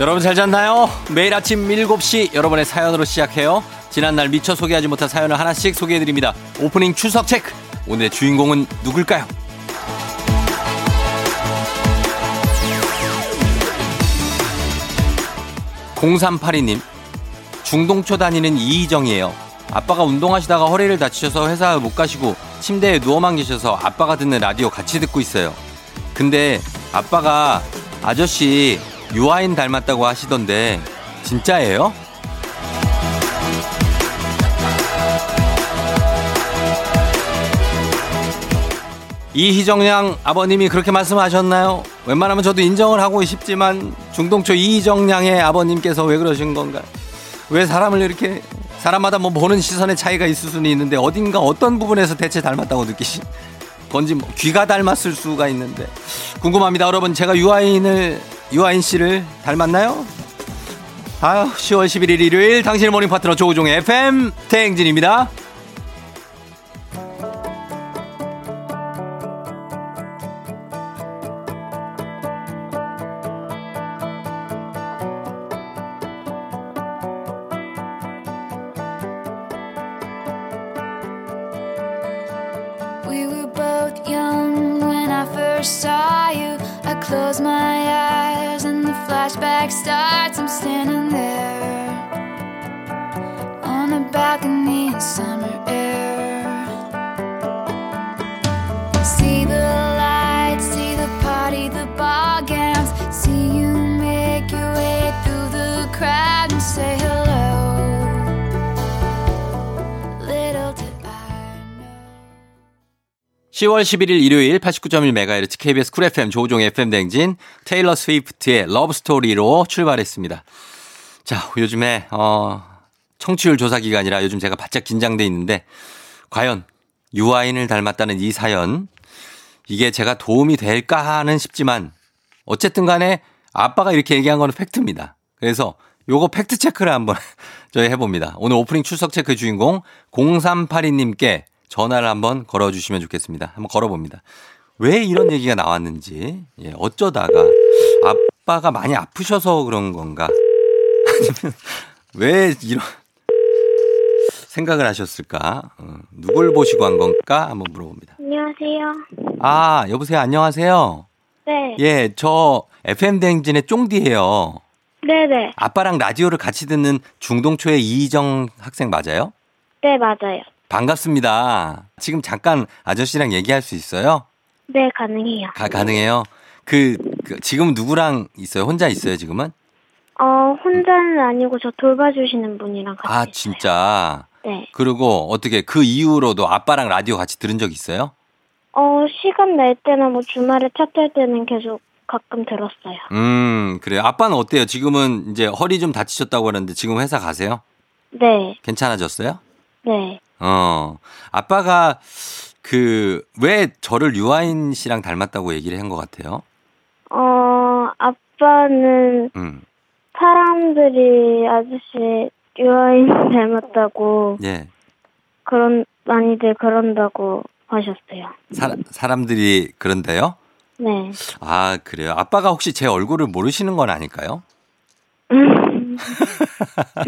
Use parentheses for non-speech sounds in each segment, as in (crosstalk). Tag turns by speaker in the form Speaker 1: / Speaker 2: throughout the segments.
Speaker 1: 여러분 잘 잤나요? 매일 아침 7시 여러분의 사연으로 시작해요. 지난날 미처 소개하지 못한 사연을 하나씩 소개해드립니다. 오프닝 추석 체크. 오늘의 주인공은 누굴까요? 0382님, 중동초 다니는 이희정이에요. 아빠가 운동하시다가 허리를 다치셔서 회사 못 가시고 침대에 누워만 계셔서 아빠가 듣는 라디오 같이 듣고 있어요. 근데 아빠가 아저씨 유아인 닮았다고 하시던데 진짜예요? 이희정 양 아버님이 그렇게 말씀하셨나요? 웬만하면 저도 인정을 하고 싶지만 중동초 이희정 양의 아버님께서 왜 그러신 건가? 왜 사람을 이렇게 사람마다 뭐 보는 시선의 차이가 있을 수는 있는데 어딘가 어떤 부분에서 대체 닮았다고 느끼신 건지 뭐 귀가 닮았을 수가 있는데 궁금합니다 여러분 제가 유아인을 유아인 씨를 닮았나요? 아유 10월 11일 일요일 당신의 모닝 파트너 조우종의 FM 태행진입니다 10월 11일 일요일 89.1MHz KBS 쿨 FM 조우종 FM 댕진 테일러 스위프트의 러브 스토리로 출발했습니다. 자, 요즘에 어 청취율 조사 기간이라 요즘 제가 바짝 긴장돼 있는데 과연 유아인을 닮았다는 이 사연 이게 제가 도움이 될까 하는 싶지만 어쨌든 간에 아빠가 이렇게 얘기한 거는 팩트입니다. 그래서 요거 팩트 체크를 한번 (laughs) 저희 해봅니다. 오늘 오프닝 출석 체크 주인공 0382님께 전화를 한번 걸어주시면 좋겠습니다. 한번 걸어봅니다. 왜 이런 얘기가 나왔는지, 예, 어쩌다가 아빠가 많이 아프셔서 그런 건가? (laughs) 아니면 왜 이런 생각을 하셨을까? 어, 누굴 보시고 한 건가? 한번 물어봅니다.
Speaker 2: 안녕하세요.
Speaker 1: 아, 여보세요. 안녕하세요.
Speaker 2: 네.
Speaker 1: 예, 저 FM 대행진의 쫑디예요.
Speaker 2: 네네.
Speaker 1: 아빠랑 라디오를 같이 듣는 중동초의 이희정 학생 맞아요?
Speaker 2: 네, 맞아요.
Speaker 1: 반갑습니다. 지금 잠깐 아저씨랑 얘기할 수 있어요?
Speaker 2: 네, 가능해요.
Speaker 1: 가, 가능해요? 그, 그 지금 누구랑 있어요? 혼자 있어요, 지금은?
Speaker 2: 어, 혼자는 아니고 저 돌봐주시는 분이랑 같이.
Speaker 1: 아,
Speaker 2: 있어요.
Speaker 1: 진짜.
Speaker 2: 네.
Speaker 1: 그리고 어떻게 그 이후로도 아빠랑 라디오 같이 들은 적 있어요?
Speaker 2: 어, 시간 날 때나 뭐 주말에 차 탈 때는 계속 가끔 들었어요.
Speaker 1: 음, 그래요. 아빠는 어때요? 지금은 이제 허리 좀 다치셨다고 하는데 지금 회사 가세요?
Speaker 2: 네.
Speaker 1: 괜찮아졌어요?
Speaker 2: 네.
Speaker 1: 어. 아빠가 그 왜 저를 유아인 씨랑 닮았다고 얘기를 한 것 같아요?
Speaker 2: 어, 아빠는
Speaker 1: 음.
Speaker 2: 사람들이 아저씨 유아인 (laughs) 닮았다고
Speaker 1: 예.
Speaker 2: 그런, 많이들 그런다고 하셨어요.
Speaker 1: 사, 사람들이 그런데요?
Speaker 2: 네.
Speaker 1: 아, 그래요. 아빠가 혹시 제 얼굴을 모르시는 건 아닐까요? 음. (laughs)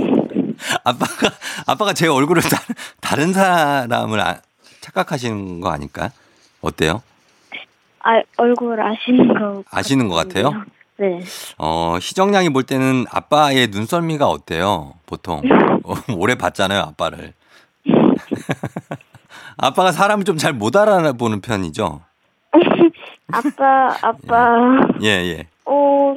Speaker 1: 아빠가 아빠가 제 얼굴을 다, 다른 사람을 아, 착각하시는 거 아닐까? 어때요?
Speaker 2: 아, 얼굴 아시는 거.
Speaker 1: 아시는 것 같아요?
Speaker 2: 같은데요. 네. (laughs)
Speaker 1: 어, 희정양이 볼 때는 아빠의 눈썰미가 어때요? 보통 어, 오래 봤잖아요, 아빠를. 아빠가 사람을 좀 잘 못 알아보는 편이죠.
Speaker 2: 아빠, 아빠.
Speaker 1: 예, 예.
Speaker 2: 어,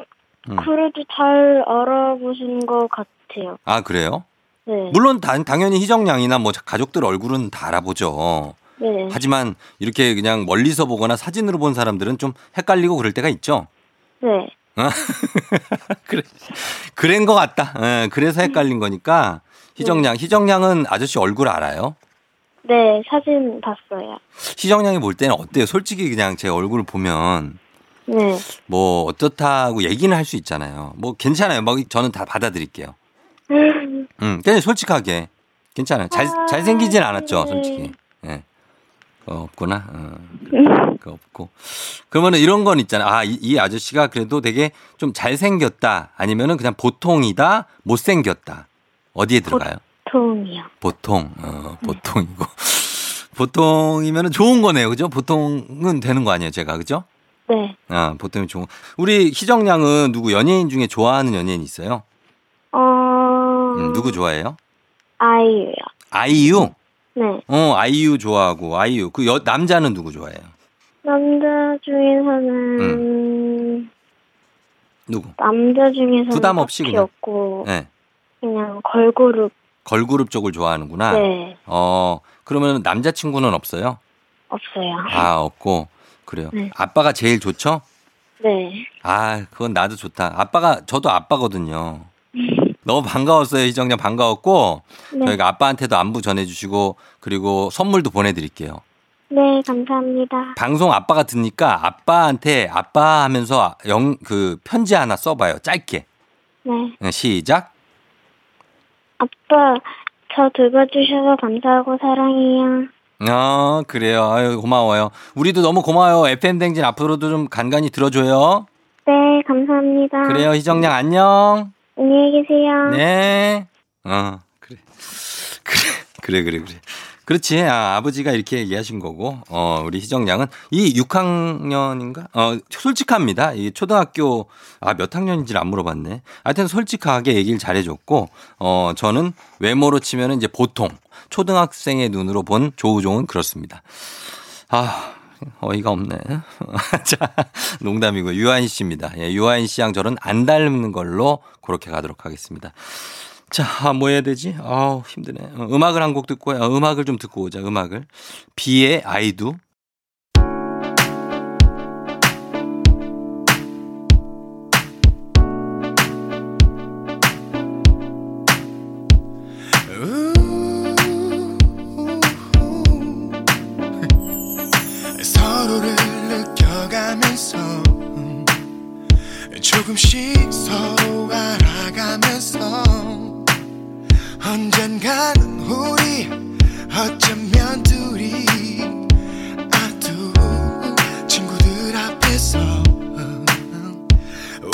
Speaker 1: 음.
Speaker 2: 그래도 잘 알아보신 것 같아요.
Speaker 1: 아, 그래요?
Speaker 2: 네.
Speaker 1: 물론 단, 당연히 희정양이나 뭐 가족들 얼굴은 다 알아보죠.
Speaker 2: 네.
Speaker 1: 하지만 이렇게 그냥 멀리서 보거나 사진으로 본 사람들은 좀 헷갈리고 그럴 때가 있죠.
Speaker 2: 네.
Speaker 1: 그래, 그런 것 같다. 예, 그래서 헷갈린 거니까 희정양, 희정양은 아저씨 얼굴 알아요?
Speaker 2: 네, 사진 봤어요.
Speaker 1: 희정양이 볼 때는 어때요? 솔직히 그냥 제 얼굴을 보면
Speaker 2: 네.
Speaker 1: 뭐 어떻다고 얘기는 할 수 있잖아요. 뭐 괜찮아요. 막 저는 다 받아들일게요. 음, 그냥 솔직하게 괜찮아요. 잘
Speaker 2: 아,
Speaker 1: 잘생기진 않았죠,
Speaker 2: 네.
Speaker 1: 솔직히. 예. 어, 없구나. 어,
Speaker 2: 음.
Speaker 1: 그 없고. 그러면은 이런 건 있잖아. 아, 이, 이 아저씨가 그래도 되게 좀 잘생겼다. 아니면은 그냥 보통이다. 못생겼다. 어디에 들어가요?
Speaker 2: 도움이요.
Speaker 1: 보통. 어, 보통이고. (laughs) 보통이면은 좋은 거네요. 그죠? 보통은 되는 거 아니에요. 제가. 그죠?
Speaker 2: 네.
Speaker 1: 아, 보통이 좋은. 우리 희정 양은 누구 연예인 중에 좋아하는 연예인 있어요?
Speaker 2: 어,
Speaker 1: 음, 누구 좋아해요?
Speaker 2: 아이유요.
Speaker 1: 아이유?
Speaker 2: 네.
Speaker 1: 어, 아이유 좋아하고, 아이유. 그 여, 남자는 누구 좋아해요?
Speaker 2: 남자 중에서는,
Speaker 1: 누구?
Speaker 2: 남자 중에서는.
Speaker 1: 음. 부담 없이
Speaker 2: 딱히
Speaker 1: 그냥.
Speaker 2: 없고,
Speaker 1: 예.
Speaker 2: 그냥 걸그룹,
Speaker 1: 걸그룹 쪽을 좋아하는구나.
Speaker 2: 네.
Speaker 1: 어, 그러면 남자친구는 없어요?
Speaker 2: 없어요.
Speaker 1: 아, 없고. 그래요.
Speaker 2: 네.
Speaker 1: 아빠가 제일 좋죠?
Speaker 2: 네.
Speaker 1: 아, 그건 나도 좋다. 아빠가, 저도 아빠거든요. 너무 반가웠어요, 희정양 반가웠고.
Speaker 2: 네.
Speaker 1: 저희가 아빠한테도 안부 전해주시고, 그리고 선물도 보내드릴게요.
Speaker 2: 네, 감사합니다.
Speaker 1: 방송 아빠가 듣니까 아빠한테 아빠 하면서 영, 그 편지 하나 써봐요. 짧게.
Speaker 2: 네.
Speaker 1: 네, 시작.
Speaker 2: 아빠, 저 돌봐주셔서 감사하고 사랑해요.
Speaker 1: 아, 그래요. 아유, 고마워요. 우리도 너무 고마워요. FM댕진 앞으로도 좀 간간히 들어줘요.
Speaker 2: 네, 감사합니다.
Speaker 1: 그래요, 희정양 안녕.
Speaker 2: 안녕히 계세요.
Speaker 1: 네. 어, 그래. 그래, 그래, 그래, 그래. 그렇지. 아, 아버지가 이렇게 얘기하신 거고, 어, 우리 희정양은 이 6학년인가? 어, 솔직합니다. 이 초등학교, 아, 몇 학년인지 안 물어봤네. 하여튼 솔직하게 얘기를 잘해줬고, 어, 저는 외모로 치면은 이제 보통, 초등학생의 눈으로 본 조우종은 그렇습니다. 아, 어이가 없네. (laughs) 자, 농담이고 유아인 씨입니다. 예, 유아인 씨랑 저는 안 닮는 걸로 그렇게 가도록 하겠습니다. 자, 아, 뭐 해야 되지? 아우, 힘드네. 어, 음악을 한 곡 듣고, 아, 음악을 좀 듣고 오자, 음악을. 비의 아이두.
Speaker 3: 음. 서로를 느껴가면서 조금씩 서로 알아가면서 언젠가는 우리 어쩌면 둘이 아두 친구들 앞에서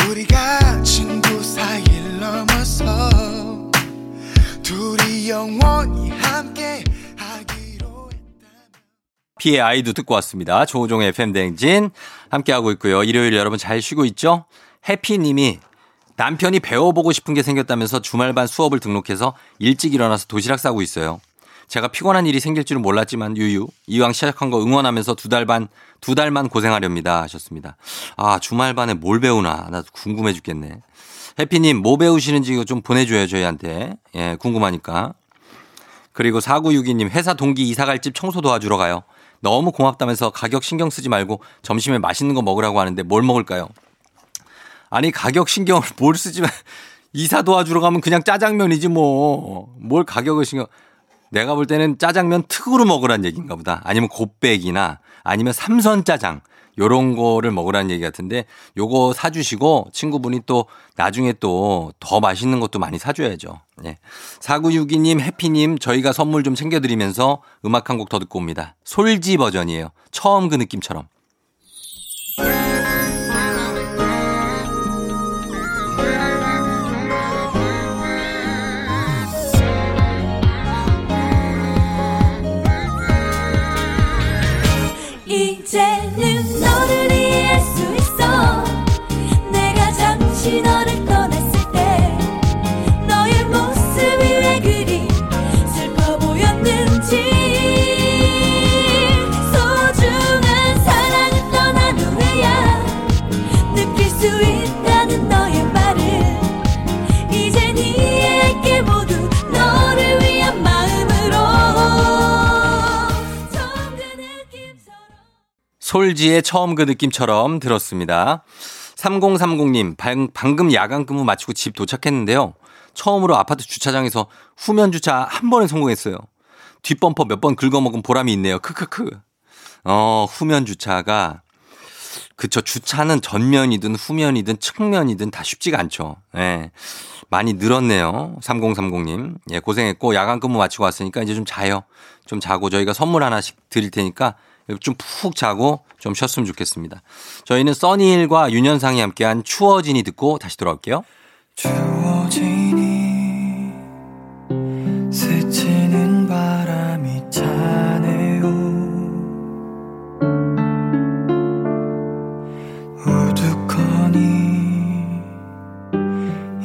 Speaker 3: 우리가 친구 사이를 넘어서 둘이 영원히 함께 하기로 했다면
Speaker 1: 비의 아이두 듣고 왔습니다. 조우종의 FM대행진. 함께하고 있고요. 일요일 여러분 잘 쉬고 있죠? 해피님이 남편이 배워보고 싶은 게 생겼다면서 주말반 수업을 등록해서 일찍 일어나서 도시락 싸고 있어요. 제가 피곤한 일이 생길 줄은 몰랐지만 유유 이왕 시작한 거 응원하면서 두 달 반 두 달만 고생하렵니다 하셨습니다. 아 주말반에 뭘 배우나 나도 궁금해 죽겠네. 해피님 뭐 배우시는지 이거 좀 보내줘요 저희한테 예 궁금하니까. 그리고 4962님 회사 동기 이사 갈 집 청소 도와주러 가요. 너무 고맙다면서 가격 신경 쓰지 말고 점심에 맛있는 거 먹으라고 하는데 뭘 먹을까요? 아니 가격 신경을 (laughs) 뭘 쓰지 마. 이사 도와주러 가면 그냥 짜장면이지 뭐. 뭘 가격을 신경. 내가 볼 때는 짜장면 특으로 먹으란 얘기인가 보다. 아니면 곱빼기나 아니면 삼선 짜장. 요런 거를 먹으라는 얘기 같은데 요거 사주시고 친구분이 또 나중에 또 더 맛있는 것도 많이 사줘야죠. 예. 4962님, 해피님, 저희가 선물 좀 챙겨드리면서 음악 한 곡 더 듣고 옵니다. 솔지 버전이에요. 처음 그 느낌처럼.
Speaker 4: 이제는 너를 이해할 수 있어 내가 잠시 너를 떠났을 때 너의 모습이 왜 그리 슬퍼 보였는지 소중한 사랑은 떠난 후에야 느낄 수 있다는 너의 말을 이젠 이해할게 모두 너를 위한 마음으로 처음 그 느낌처럼
Speaker 1: 솔지의 처음 그 느낌처럼 들었습니다. 3030님, 방금 야간 근무 마치고 집 도착했는데요. 처음으로 아파트 주차장에서 후면 주차 한 번에 성공했어요. 뒷범퍼 몇 번 긁어먹은 보람이 있네요. 크크크. 어, 후면 주차가 그쵸. 주차는 전면이든 후면이든 측면이든 다 쉽지가 않죠. 예. 많이 늘었네요. 3030님. 예, 고생했고, 야간 근무 마치고 왔으니까 이제 좀 자요. 좀 자고 저희가 선물 하나씩 드릴 테니까 좀 푹 자고 좀 쉬었으면 좋겠습니다. 저희는 써니힐과 윤현상이 함께한 추워진이 듣고 다시 돌아올게요.
Speaker 3: 주어지니 스치는 바람이 차네요 우두커니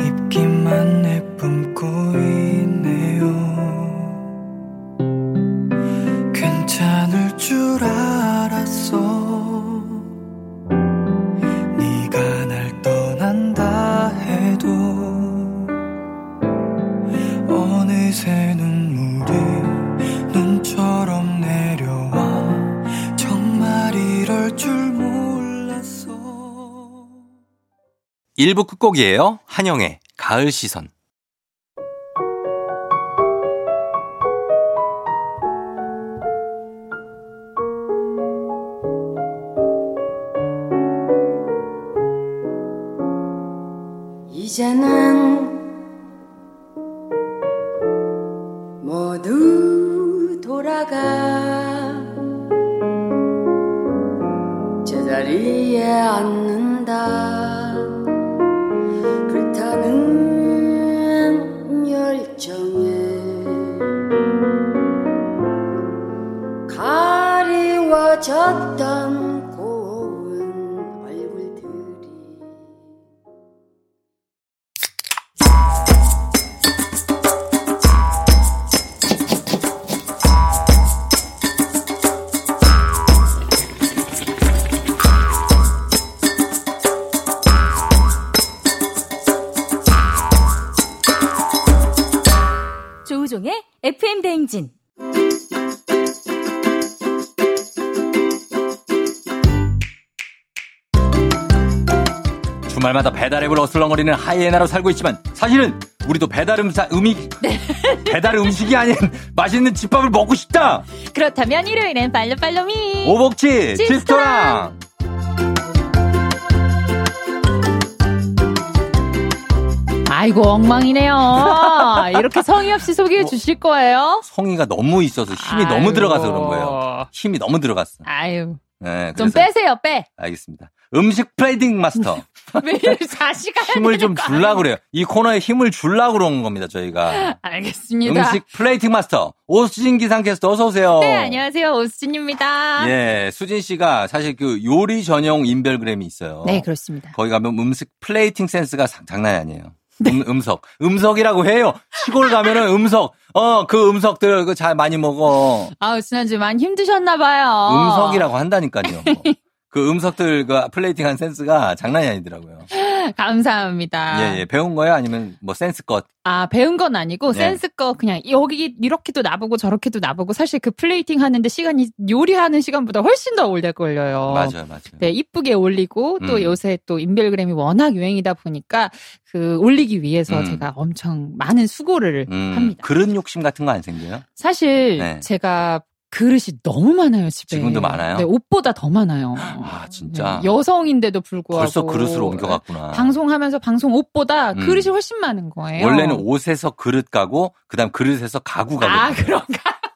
Speaker 3: 입김만 내뿜고 있네요 괜찮을 줄 알았어 네가 날 떠난다 해도 어느새 눈물이 눈처럼 내려와 정말 이럴 줄 몰랐어
Speaker 1: 1부 끝곡이에요. 한영의 가을 시선.
Speaker 5: 이제 난 모두 돌아가 제자리에 앉는다 불타는 열정에 가리워졌던 고운 얼굴들이
Speaker 6: 조우종의 FM 대행진.
Speaker 1: 주말마다 배달앱을 어슬렁거리는 하이에나로 살고 있지만 사실은 우리도 배달 음사 음이
Speaker 6: 네.
Speaker 1: 배달 음식이 아닌 (laughs) 맛있는 집밥을 먹고 싶다.
Speaker 6: 그렇다면 일요일엔 빨로빨로미.
Speaker 1: 오복치
Speaker 6: 집스토랑!
Speaker 1: 집스토랑
Speaker 4: 아이고 엉망이네요. 이렇게 성의 없이 소개해 주실 거예요?
Speaker 1: 성의가 너무 있어서 어, 힘이 너무
Speaker 4: 아이고.
Speaker 1: 들어가서 그런 거예요. 힘이 너무 들어갔어.
Speaker 4: 아유
Speaker 1: 네,
Speaker 4: 좀
Speaker 1: 그래서
Speaker 4: 빼세요 빼.
Speaker 1: 알겠습니다. 음식 플레이딩 마스터 (laughs)
Speaker 4: 매일 (laughs) 4시간
Speaker 1: 힘을 좀 줄라 그래요. 이 코너에 힘을 줄라 그런 겁니다 저희가.
Speaker 4: (laughs) 알겠습니다.
Speaker 1: 음식 플레이팅 마스터 오수진 기상캐스터 어서 오세요.
Speaker 4: 네 안녕하세요 오수진입니다.
Speaker 1: 예, 수진 씨가 사실 그 요리 전용 인별그램이 있어요.
Speaker 4: 네 그렇습니다.
Speaker 1: 거기 가면 음식 플레이팅 센스가 상- 장난이 아니에요.
Speaker 4: 네.
Speaker 1: 음, 석 음석이라고 해요. 시골 가면은 음석. 어, 그 음석들 그 잘 많이 먹어.
Speaker 4: 아우 지난주 많이 힘드셨나 봐요.
Speaker 1: 음석이라고 한다니까요. 그 음석들 그 플레이팅 한 센스가 장난이 아니더라고요.
Speaker 4: 감사합니다.
Speaker 1: 예, 예. 배운 거예요? 아니면 뭐 센스껏?
Speaker 4: 아 배운 건 아니고
Speaker 1: 네.
Speaker 4: 센스껏 그냥 여기 이렇게도 나보고 저렇게도 나보고 사실 그 플레이팅 하는데 시간이 요리하는 시간보다 훨씬 더 오래 걸려요.
Speaker 1: 맞아요, 맞아요.
Speaker 4: 네, 이쁘게 올리고 또
Speaker 1: 음.
Speaker 4: 요새 또 인별그램이 워낙 유행이다 보니까 그 올리기 위해서
Speaker 1: 음.
Speaker 4: 제가 엄청 많은 수고를
Speaker 1: 음,
Speaker 4: 합니다.
Speaker 1: 그런 욕심 같은 거 안 생겨요?
Speaker 4: 사실
Speaker 1: 네.
Speaker 4: 제가 그릇이 너무 많아요 집에.
Speaker 1: 지금도 많아요?
Speaker 4: 네, 옷보다
Speaker 1: (gasps)
Speaker 4: 더 많아요.
Speaker 1: 아, 진짜.
Speaker 4: 네, 여성인데도 불구하고
Speaker 1: 벌써 그릇으로 옮겨갔구나.
Speaker 4: 방송하면서 방송 옷보다
Speaker 1: 음.
Speaker 4: 그릇이 훨씬 많은 거예요.
Speaker 1: 원래는 옷에서 그릇 가고, 그 다음 그릇에서 가구 가고.
Speaker 4: 아 그런가?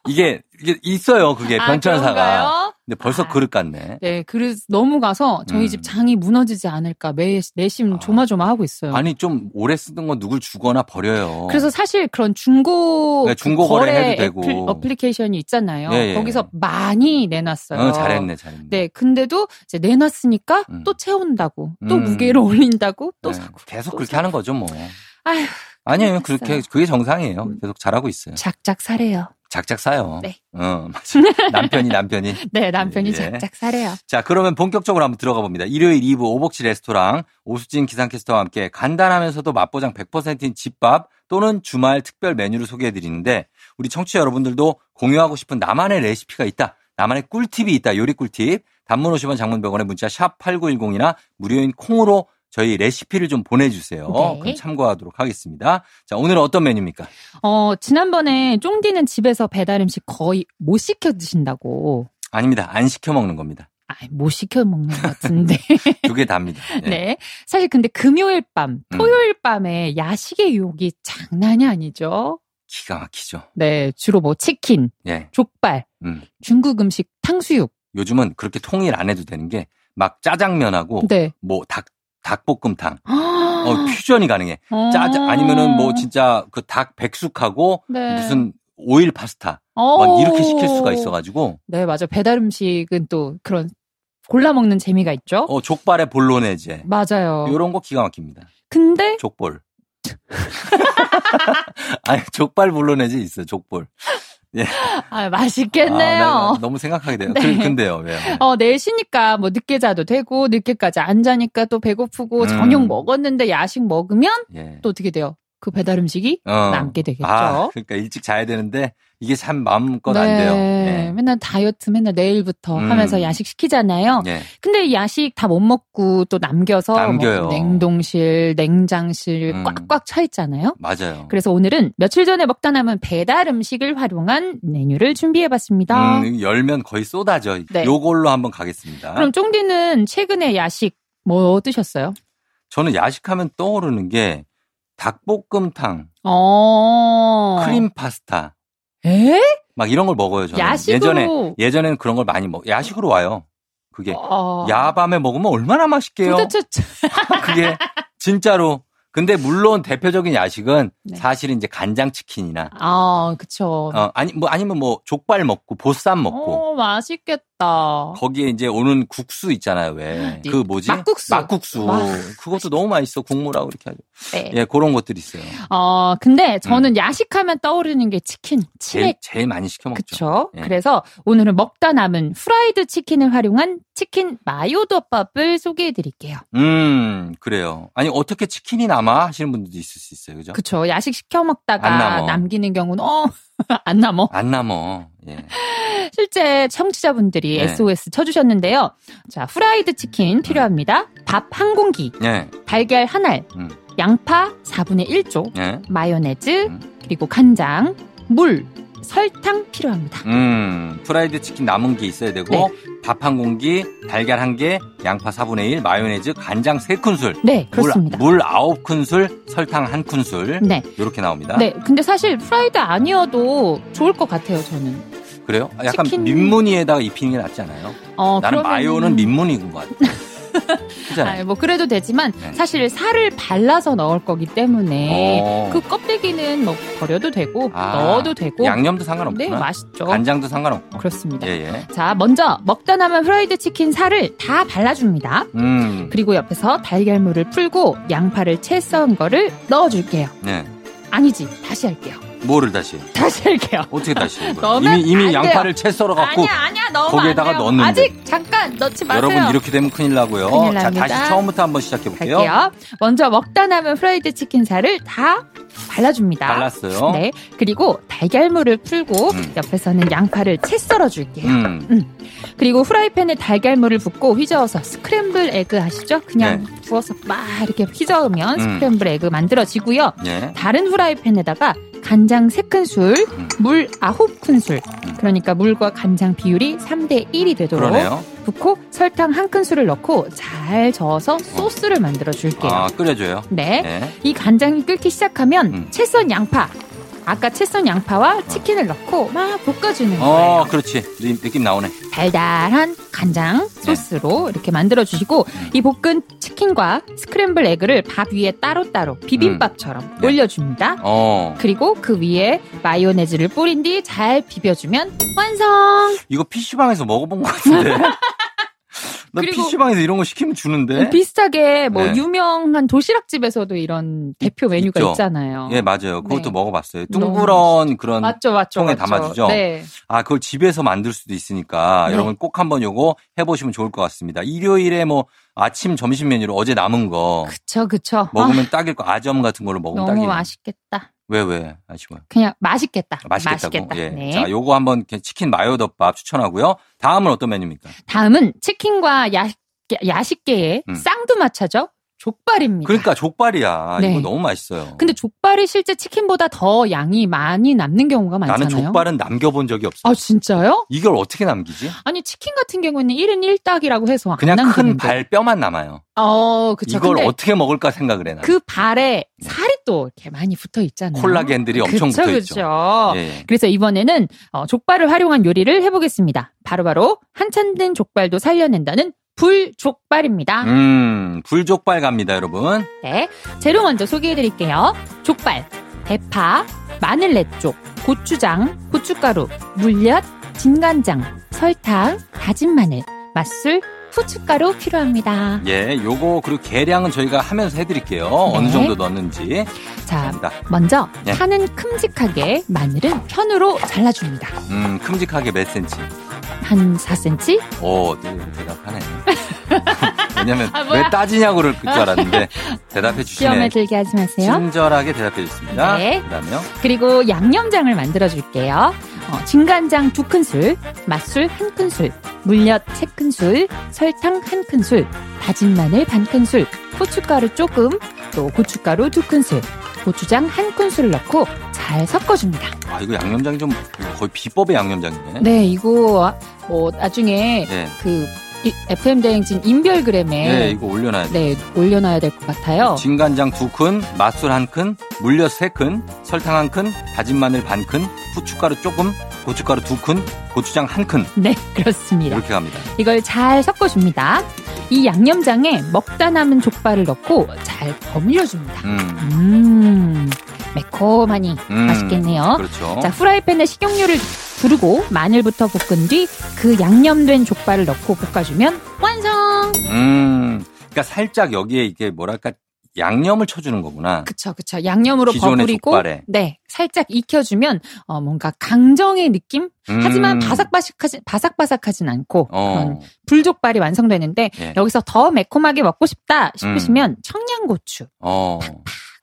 Speaker 1: 이게, 이게 있어요, 그게.
Speaker 4: 아,
Speaker 1: 변천사가.
Speaker 4: 그런가요?
Speaker 1: 근데 벌써
Speaker 4: 아.
Speaker 1: 그릇 같네.
Speaker 4: 네, 그릇 너무 가서 저희
Speaker 1: 음.
Speaker 4: 집 장이 무너지지 않을까 매 내심
Speaker 1: 아.
Speaker 4: 조마조마하고 있어요.
Speaker 1: 아니 좀 오래 쓰던 건 누굴 주거나 버려요.
Speaker 4: 그래서 사실 그런 중고
Speaker 1: 어.
Speaker 4: 그
Speaker 1: 네, 중고
Speaker 4: 거래
Speaker 1: 거래해도 되고.
Speaker 4: 애플- 어플리케이션이 있잖아요.
Speaker 1: 예, 예.
Speaker 4: 거기서 많이 내놨어요.
Speaker 1: 어, 잘했네, 잘했네.
Speaker 4: 네, 근데도 이제 내놨으니까
Speaker 1: 음.
Speaker 4: 또 채운다고, 또
Speaker 1: 음.
Speaker 4: 무게를 올린다고, 또
Speaker 1: 네,
Speaker 4: 사고.
Speaker 1: 계속
Speaker 4: 또
Speaker 1: 그렇게
Speaker 4: 사고.
Speaker 1: 하는 거죠, 뭐.
Speaker 4: 아휴,
Speaker 1: 아니에요,
Speaker 4: 그냥
Speaker 1: 그렇게
Speaker 4: 했어요.
Speaker 1: 그게 정상이에요.
Speaker 4: 음.
Speaker 1: 계속 잘하고 있어요.
Speaker 4: 작작 사래요.
Speaker 1: 작작 싸요.
Speaker 4: 네.
Speaker 1: 어, 맞아요. 남편이 남편이.
Speaker 4: 네, 남편이
Speaker 1: 예.
Speaker 4: 작작 사래요.
Speaker 1: 자, 그러면 본격적으로 한번 들어가 봅니다. 일요일 2부 오복치 레스토랑 오수진 기상캐스터와 함께 간단하면서도 맛보장 100%인 집밥 또는 주말 특별 메뉴를 소개해 드리는데 우리 청취자 여러분들도 공유하고 싶은 나만의 레시피가 있다. 나만의 꿀팁이 있다. 요리 꿀팁. 단문 50원 장문 100원의 문자 샵 8910이나 무료인 콩으로 저희 레시피를 좀 보내주세요.
Speaker 4: 네.
Speaker 1: 그럼 참고하도록 하겠습니다. 자, 오늘은 어떤 메뉴입니까?
Speaker 4: 어, 지난번에 쫑디는 집에서 배달 음식 거의 못 시켜 드신다고.
Speaker 1: 아닙니다. 안 시켜 먹는 겁니다.
Speaker 4: 아, 못 시켜 먹는 것
Speaker 1: (laughs)
Speaker 4: 같은데.
Speaker 1: 두 개 답니다. 예.
Speaker 4: (laughs) 네. 사실 근데 금요일 밤,
Speaker 1: 음.
Speaker 4: 토요일 밤에 야식의 유혹이 장난이 아니죠.
Speaker 1: 기가 막히죠.
Speaker 4: 네. 주로 뭐 치킨,
Speaker 1: 예.
Speaker 4: 족발,
Speaker 1: 음.
Speaker 4: 중국 음식, 탕수육.
Speaker 1: 요즘은 그렇게 통일 안 해도 되는 게 막 짜장면하고
Speaker 4: 네. 아.
Speaker 1: 뭐 닭, 닭볶음탕. 어, 퓨전이 가능해.
Speaker 4: 어.
Speaker 1: 짜장, 아니면은 뭐 진짜 그 닭 백숙하고
Speaker 4: 네.
Speaker 1: 무슨 오일 파스타.
Speaker 4: 어.
Speaker 1: 막 이렇게 시킬 수가 있어가지고.
Speaker 4: 네, 맞아. 배달 음식은 또 그런 골라 먹는 재미가 있죠.
Speaker 1: 어, 족발에 볼로네제.
Speaker 4: 맞아요.
Speaker 1: 요런 거 기가 막힙니다.
Speaker 4: 근데
Speaker 1: 족볼. (laughs) 아니, 족발 볼로네제 있어요, 족볼.
Speaker 4: 아,
Speaker 1: 아,
Speaker 4: 맛있겠네요.
Speaker 1: 나 너무 생각하게 돼요.
Speaker 4: 네.
Speaker 1: 그- 근데요, 왜요?
Speaker 4: 어, 4시니까 뭐 늦게 자도 되고, 늦게까지 안 자니까 또 배고프고,
Speaker 1: 음.
Speaker 4: 저녁 먹었는데 야식 먹으면
Speaker 1: 예.
Speaker 4: 또 어떻게 돼요? 그 배달 음식이
Speaker 1: 어.
Speaker 4: 남게 되겠죠.
Speaker 1: 아, 그러니까 일찍 자야 되는데 이게 참 마음껏 안 돼요.
Speaker 4: 네.
Speaker 1: 예.
Speaker 4: 맨날 다이어트 맨날 내일부터
Speaker 1: 음.
Speaker 4: 하면서 야식 시키잖아요.
Speaker 1: 예.
Speaker 4: 근데 야식 다 못 먹고 또 남겨서
Speaker 1: 남겨요.
Speaker 4: 뭐 냉동실, 냉장실
Speaker 1: 음.
Speaker 4: 꽉꽉 차 있잖아요.
Speaker 1: 맞아요.
Speaker 4: 그래서 오늘은 며칠 전에 먹다 남은 배달 음식을 활용한 메뉴를 준비해 봤습니다.
Speaker 1: 음, 열면 거의 쏟아져.
Speaker 4: 네.
Speaker 1: 요걸로 한번 가겠습니다.
Speaker 4: 그럼 쫑디는 최근에 야식 뭐 드셨어요?
Speaker 1: 저는 야식하면 떠오르는 게 닭볶음탕,
Speaker 4: 어.
Speaker 1: 크림 파스타
Speaker 4: 에?
Speaker 1: 막 이런 걸 먹어요. 저는
Speaker 4: 야식으로.
Speaker 1: 예전에 예전에는 그런 걸 많이 먹. 야식으로 와요. 그게
Speaker 4: 어.
Speaker 1: 야밤에 먹으면 얼마나 맛있게요.
Speaker 4: 도대체
Speaker 1: (laughs) 그게 진짜로. 근데 물론 대표적인 야식은
Speaker 4: 네.
Speaker 1: 사실 이제 간장 치킨이나
Speaker 4: 아, 그쵸.
Speaker 1: 어, 아니 뭐 아니면 뭐 족발 먹고 보쌈 먹고 어.
Speaker 4: 어, 맛있겠다.
Speaker 1: 거기에 이제 오는 국수 있잖아요. 왜
Speaker 4: 어? 네.
Speaker 1: 그 뭐지?
Speaker 4: 막국수.
Speaker 1: 막국수.
Speaker 4: 막-
Speaker 1: 그것도 너무 맛있어. 국물하고 이렇게 하죠.
Speaker 4: 네.
Speaker 1: 예, 그런 것들이 있어요.
Speaker 4: 어, 근데 저는
Speaker 1: 음.
Speaker 4: 야식하면 떠오르는 게 치킨,
Speaker 1: 제일
Speaker 4: 치맥.
Speaker 1: 제일 많이 시켜 먹죠.
Speaker 4: 그쵸.
Speaker 1: 예.
Speaker 4: 그래서 오늘은 먹다 남은 프라이드 치킨을 활용한 치킨 마요덮밥을 소개해 드릴게요.
Speaker 1: 음, 그래요. 아니 어떻게 치킨이 남아 하시는 분들도 있을 수 있어요. 그죠?
Speaker 4: 그쵸. 야식 시켜
Speaker 1: 네. 안
Speaker 4: 먹다가
Speaker 1: 남어.
Speaker 4: 남기는 경우는, 어, (laughs) 안 남어.
Speaker 1: 안 남어. 예.
Speaker 4: 실제 청취자분들이
Speaker 1: 네. 음.
Speaker 4: SOS 쳐주셨는데요. 자, 프라이드 치킨 필요합니다. 밥 한 공기,
Speaker 1: 예.
Speaker 4: 달걀 한 알,
Speaker 1: 음.
Speaker 4: 양파 4분의 1조,
Speaker 1: 예.
Speaker 4: 마요네즈,
Speaker 1: 음.
Speaker 4: 그리고 간장, 물, 설탕 필요합니다.
Speaker 1: 음, 프라이드 치킨 남은 게 있어야 되고
Speaker 4: 네.
Speaker 1: 밥 한 공기, 달걀 한 개, 양파 4분의 1, 마요네즈, 간장 3큰술.
Speaker 4: 네, 그렇습니다.
Speaker 1: 물, 물 9큰술, 설탕 1큰술.
Speaker 4: 네.
Speaker 1: 이렇게 나옵니다.
Speaker 4: 네, 근데 사실 프라이드 아니어도 좋을 것 같아요, 저는.
Speaker 1: 그래요? 아, 약간
Speaker 4: 치킨-
Speaker 1: 민무늬에다가 입히는 게 낫지 않아요?
Speaker 4: 어,
Speaker 1: 나는
Speaker 4: 그러면은-
Speaker 1: 마요는 민무늬인 것 같아.
Speaker 4: 아, (laughs)
Speaker 1: 그잖아요.
Speaker 4: 뭐 그래도 되지만
Speaker 1: 네.
Speaker 4: 사실 살을 발라서 넣을 거기 때문에
Speaker 1: 어.
Speaker 4: 그 껍데기는 뭐 버려도 되고
Speaker 1: 아,
Speaker 4: 넣어도 되고
Speaker 1: 양념도 상관없구나.
Speaker 4: 네, 맛있죠.
Speaker 1: 간장도 상관없고.
Speaker 4: 그렇습니다.
Speaker 1: 예, 예.
Speaker 4: 자, 먼저 먹다 남은 프라이드 치킨 살을 다 발라줍니다.
Speaker 1: 음.
Speaker 4: 그리고 옆에서 달걀물을 풀고 양파를 채 썬 거를 넣어줄게요.
Speaker 1: 네.
Speaker 4: 아니지, 다시 할게요. (laughs)
Speaker 1: 뭐를 다시?
Speaker 4: 다시 할게요.
Speaker 1: 어떻게 다시? 해요, 이걸?
Speaker 4: 넣으면
Speaker 1: 이미 이미
Speaker 4: 안 돼요.
Speaker 1: 양파를 채 썰어 갖고
Speaker 4: 아니야, 아니야, 너무
Speaker 1: 거기에다가
Speaker 4: 안 돼요.
Speaker 1: 넣었는데.
Speaker 4: 아직 잠깐 넣지 마세요.
Speaker 1: 여러분 이렇게 되면 큰일 나고요.
Speaker 4: 큰일
Speaker 1: 자,
Speaker 4: 납니다.
Speaker 1: 다시 처음부터 한번 시작해 볼게요.
Speaker 4: 갈게요. 먼저 먹다 남은 프라이드 치킨 살을 다 발라줍니다.
Speaker 1: 발랐어요.
Speaker 4: 네. 그리고 달걀물을 풀고
Speaker 1: 음.
Speaker 4: 옆에서는 양파를 채 썰어줄게요.
Speaker 1: 음.
Speaker 4: 그리고 후라이팬에 달걀물을 붓고 휘저어서 스크램블 에그 아시죠? 그냥 부어서 막 이렇게 휘저으면
Speaker 1: 네. 음.
Speaker 4: 스크램블 에그 만들어지고요.
Speaker 1: 예.
Speaker 4: 다른 후라이팬에다가 간장 3큰술,
Speaker 1: 음.
Speaker 4: 물 9큰술,
Speaker 1: 음.
Speaker 4: 그러니까 물과 간장 비율이 3대 1이 되도록
Speaker 1: 그러네요.
Speaker 4: 붓고 설탕 1큰술을 넣고 잘 저어서 소스를 만들어 줄게요.
Speaker 1: 아, 끓여줘요.
Speaker 4: 네.
Speaker 1: 네.
Speaker 4: 이 간장이 끓기 시작하면
Speaker 1: 음.
Speaker 4: 채썬 양파, 아까 채썬 양파와 치킨을 넣고 막 볶아주는 거예요.
Speaker 1: 어, 그렇지. 느- 느낌 나오네.
Speaker 4: 달달한 간장 소스로 이렇게 만들어 주시고
Speaker 1: 네. 음.
Speaker 4: 이 볶은 치킨과 스크램블 에그를 밥 위에 따로따로 비빔밥처럼
Speaker 1: 네.
Speaker 4: 올려줍니다.
Speaker 1: 어.
Speaker 4: 그리고 그 위에 마요네즈를 뿌린 뒤 잘 비벼주면 완성.
Speaker 1: 이거 PC방에서 먹어본 것
Speaker 4: (laughs)
Speaker 1: 같은데. 나
Speaker 4: 그리고-
Speaker 1: PC방에서 이런 거 시키면 주는데.
Speaker 4: 비슷하게 뭐
Speaker 1: 네.
Speaker 4: 유명한 도시락 집에서도 이런 대표 메뉴가
Speaker 1: 있죠.
Speaker 4: 있잖아요
Speaker 1: 예, 맞아요. 그것도
Speaker 4: 네.
Speaker 1: 먹어봤어요.
Speaker 4: 너무
Speaker 1: 둥그런 그런.
Speaker 4: 맞죠, 아, 맞죠.
Speaker 1: 통에
Speaker 4: 맞죠.
Speaker 1: 담아주죠?
Speaker 4: 네.
Speaker 1: 아, 그걸 집에서 만들 수도 있으니까
Speaker 4: 네.
Speaker 1: 여러분 꼭 한번 요거 해보시면 좋을 것 같습니다. 일요일에 뭐 아침, 점심 메뉴로 어제 남은 거
Speaker 4: 그쵸, 그쵸. 아,
Speaker 1: 먹으면 딱일 거, 아점 같은 걸로 먹으면
Speaker 4: 너무
Speaker 1: 딱이에요.
Speaker 4: 맛있겠겠다.
Speaker 1: 왜, 왜? 아시고요.
Speaker 4: 그냥 맛있겠다.
Speaker 1: 맛있겠다고. 예.
Speaker 4: 네.
Speaker 1: 자, 요거 한번 이렇게 치킨 마요덮밥 추천하고요.
Speaker 4: 네.
Speaker 1: 다음은 어떤 메뉴입니까?
Speaker 4: 다음은 치킨과 야, 야식계의
Speaker 1: 음.
Speaker 4: 쌍두마차죠. 족발입니다.
Speaker 1: 그러니까 족발이야.
Speaker 4: 네.
Speaker 1: 이거 너무 맛있어요.
Speaker 4: 근데 족발이 실제 치킨보다 더 양이 많이 남는 경우가 많잖아요.
Speaker 1: 나는 족발은 남겨본 적이 없어.
Speaker 4: 아 진짜요?
Speaker 1: 이걸 어떻게 남기지?
Speaker 4: 아니 치킨 같은 경우에는 1인 1딱이라고 해서 안
Speaker 1: 그냥 큰
Speaker 4: 남기는데.
Speaker 1: 발 뼈만 남아요.
Speaker 4: 어, 그쵸.
Speaker 1: 이걸
Speaker 4: 근데
Speaker 1: 어떻게 먹을까 생각을 해나.
Speaker 4: 그 발에 살이 또 이렇게 많이 붙어 있잖아요.
Speaker 1: 콜라겐들이 엄청
Speaker 4: 음. 그쵸,
Speaker 1: 붙어 있죠.
Speaker 4: 그쵸.
Speaker 1: 예.
Speaker 4: 그래서 이번에는 어, 족발을 활용한 요리를 해보겠습니다. 바로바로 한참 된 족발도 살려낸다는 불족발입니다.
Speaker 1: 음, 불족발 갑니다, 여러분.
Speaker 4: 네, 재료 먼저 소개해드릴게요. 족발, 대파, 마늘 넷쪽, 고추장, 고춧가루, 물엿, 진간장, 설탕, 다진 마늘, 맛술, 후춧가루 필요합니다.
Speaker 1: 예, 요거 그리고 계량은 저희가 하면서 해드릴게요. 어느
Speaker 4: 네. 아.
Speaker 1: 정도 넣었는지.
Speaker 4: 자,
Speaker 1: 감사합니다.
Speaker 4: 먼저
Speaker 1: 네.
Speaker 4: 파는 큼직하게 마늘은 편으로 잘라줍니다.
Speaker 1: 음, 큼직하게 몇 센치.
Speaker 4: 한 4cm?
Speaker 1: 오, 네,
Speaker 4: (laughs)
Speaker 1: 대답하네. 왜냐면
Speaker 4: 아, 뭐야.
Speaker 1: 왜 따지냐고 그럴 줄
Speaker 4: (laughs)
Speaker 1: 알았는데 대답해
Speaker 4: 시험에
Speaker 1: 주시네.
Speaker 4: 들게 하지 마세요.
Speaker 1: 친절하게 대답해 주셨습니다.
Speaker 4: 네.
Speaker 1: 그다음에요.
Speaker 4: 그리고 양념장을 만들어줄게요. 어, 진간장 두 큰술, 맛술 한 큰술, 물엿 세 큰술, 설탕 한 큰술, 다진 마늘 반 큰술, 고춧가루 조금, 또 고춧가루 두 큰술, 고추장 한 큰술 넣고 잘 섞어줍니다.
Speaker 1: 아, 이거 양념장이 좀 거의 비법의 양념장이네.
Speaker 4: 네, 이거 뭐 나중에
Speaker 1: 네.
Speaker 4: 그 FM 대행진 인별그램에
Speaker 1: 네, 이거 올려놔야 돼.
Speaker 4: 네, 올려놔야 될 것 같아요.
Speaker 1: 진간장 두 큰, 맛술 한 큰, 물엿 세 큰, 설탕 한 큰, 다진 마늘 반 큰, 후춧가루 조금, 고춧가루 두 큰, 고추장 한 큰.
Speaker 4: 네, 그렇습니다.
Speaker 1: 이렇게 갑니다.
Speaker 4: 이걸 잘 섞어줍니다. 이 양념장에 먹다 남은 족발을 넣고 잘 버무려줍니다.
Speaker 1: 음.
Speaker 4: 음, 매콤하니
Speaker 1: 음.
Speaker 4: 맛있겠네요.
Speaker 1: 그렇죠.
Speaker 4: 자, 후라이팬에 식용유를 두르고 마늘부터 볶은 뒤 그 양념된 족발을 넣고 볶아주면 완성!
Speaker 1: 음. 그러니까 살짝 여기에 이게 뭐랄까 양념을 쳐 주는 거구나.
Speaker 4: 그쵸, 그쵸. 양념으로
Speaker 1: 기존의
Speaker 4: 버무리고,
Speaker 1: 족발에.
Speaker 4: 네, 살짝 익혀주면 어, 뭔가 강정의 느낌? 하지만
Speaker 1: 음.
Speaker 4: 바삭바삭하지, 바삭바삭하진 않고 그런
Speaker 1: 어.
Speaker 4: 불족발이 완성되는데
Speaker 1: 예.
Speaker 4: 여기서 더 매콤하게 먹고 싶다 싶으시면
Speaker 1: 음.
Speaker 4: 청양고추
Speaker 1: 어.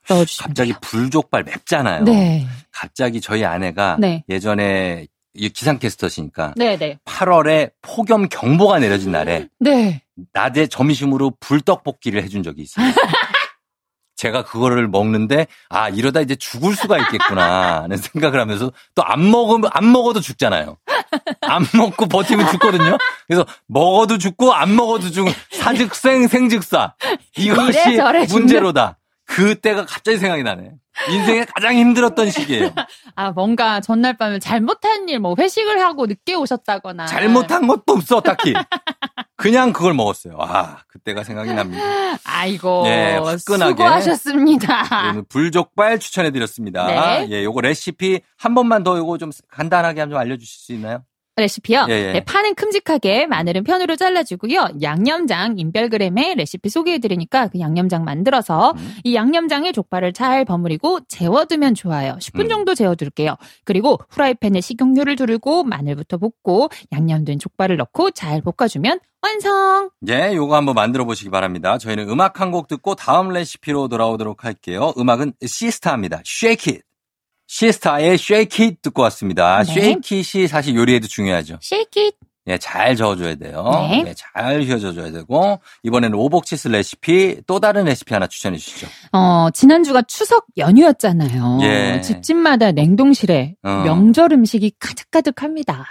Speaker 4: 넣어주시면
Speaker 1: 갑자기
Speaker 4: 돼요.
Speaker 1: 불족발 맵잖아요.
Speaker 4: 네.
Speaker 1: 갑자기 저희 아내가
Speaker 4: 네.
Speaker 1: 예전에 이 기상캐스터시니까
Speaker 4: 네, 네.
Speaker 1: 8월에 폭염 경보가 내려진 날에
Speaker 4: 네.
Speaker 1: 낮에 점심으로 불떡볶이를 해준 적이
Speaker 4: (laughs)
Speaker 1: 있어요. 제가 그거를 먹는데 아 이러다 이제 죽을 수가 있겠구나 하는 생각을 하면서 또 안 먹으면 안 먹어도 죽잖아요. 안 먹고 버티면 죽거든요. 그래서 먹어도 죽고 안 먹어도 죽은 사즉생 생즉사 이것이
Speaker 4: 이래저래 죽는-
Speaker 1: 문제로다. 그때가 갑자기 생각이 나네. 인생에 가장 힘들었던 시기예요.
Speaker 4: 아, 뭔가 전날 밤에 잘못한 일, 뭐 회식을 하고 늦게 오셨다거나.
Speaker 1: 잘못한 것도 없어 딱히. 그냥 그걸 먹었어요. 아 그때가 생각이 납니다.
Speaker 4: 아이고.
Speaker 1: 네, 화끈하게. 네.
Speaker 4: 수고하셨습니다.
Speaker 1: 오늘 불족발 추천해드렸습니다.
Speaker 4: 네.
Speaker 1: 예, 요거 레시피 한 번만 더 요거 좀 간단하게 좀 알려주실 수 있나요?
Speaker 4: 레시피요.
Speaker 1: 예, 예.
Speaker 4: 네, 파는 큼직하게 마늘은 편으로 잘라주고요. 양념장 인별그램에 레시피 소개해드리니까 그 양념장 만들어서
Speaker 1: 음.
Speaker 4: 이 양념장에 족발을 잘 버무리고 재워두면 좋아요. 10분
Speaker 1: 음.
Speaker 4: 정도 재워둘게요. 그리고 후라이팬에 식용유를 두르고 마늘부터 볶고 양념된 족발을 넣고 잘 볶아주면 완성.
Speaker 1: 예, 요거 한번 만들어 보시기 바랍니다. 저희는 음악 한 곡 듣고 다음 레시피로 돌아오도록 할게요. 음악은 시스타입니다. Shake It. 시스타의 Shake It 듣고 왔습니다.
Speaker 4: 네.
Speaker 1: Shake It이 사실 요리에도 중요하죠.
Speaker 4: 쉐이킷.
Speaker 1: 예, 잘 저어줘야 돼요.
Speaker 4: 네.
Speaker 1: 예, 잘 휘어져줘야 되고 이번에는 오복치스 레시피 또 다른 레시피 하나 추천해 주시죠.
Speaker 4: 어, 지난주가 추석 연휴였잖아요.
Speaker 1: 예.
Speaker 4: 집집마다 냉동실에
Speaker 1: 어.
Speaker 4: 명절 음식이 가득가득합니다.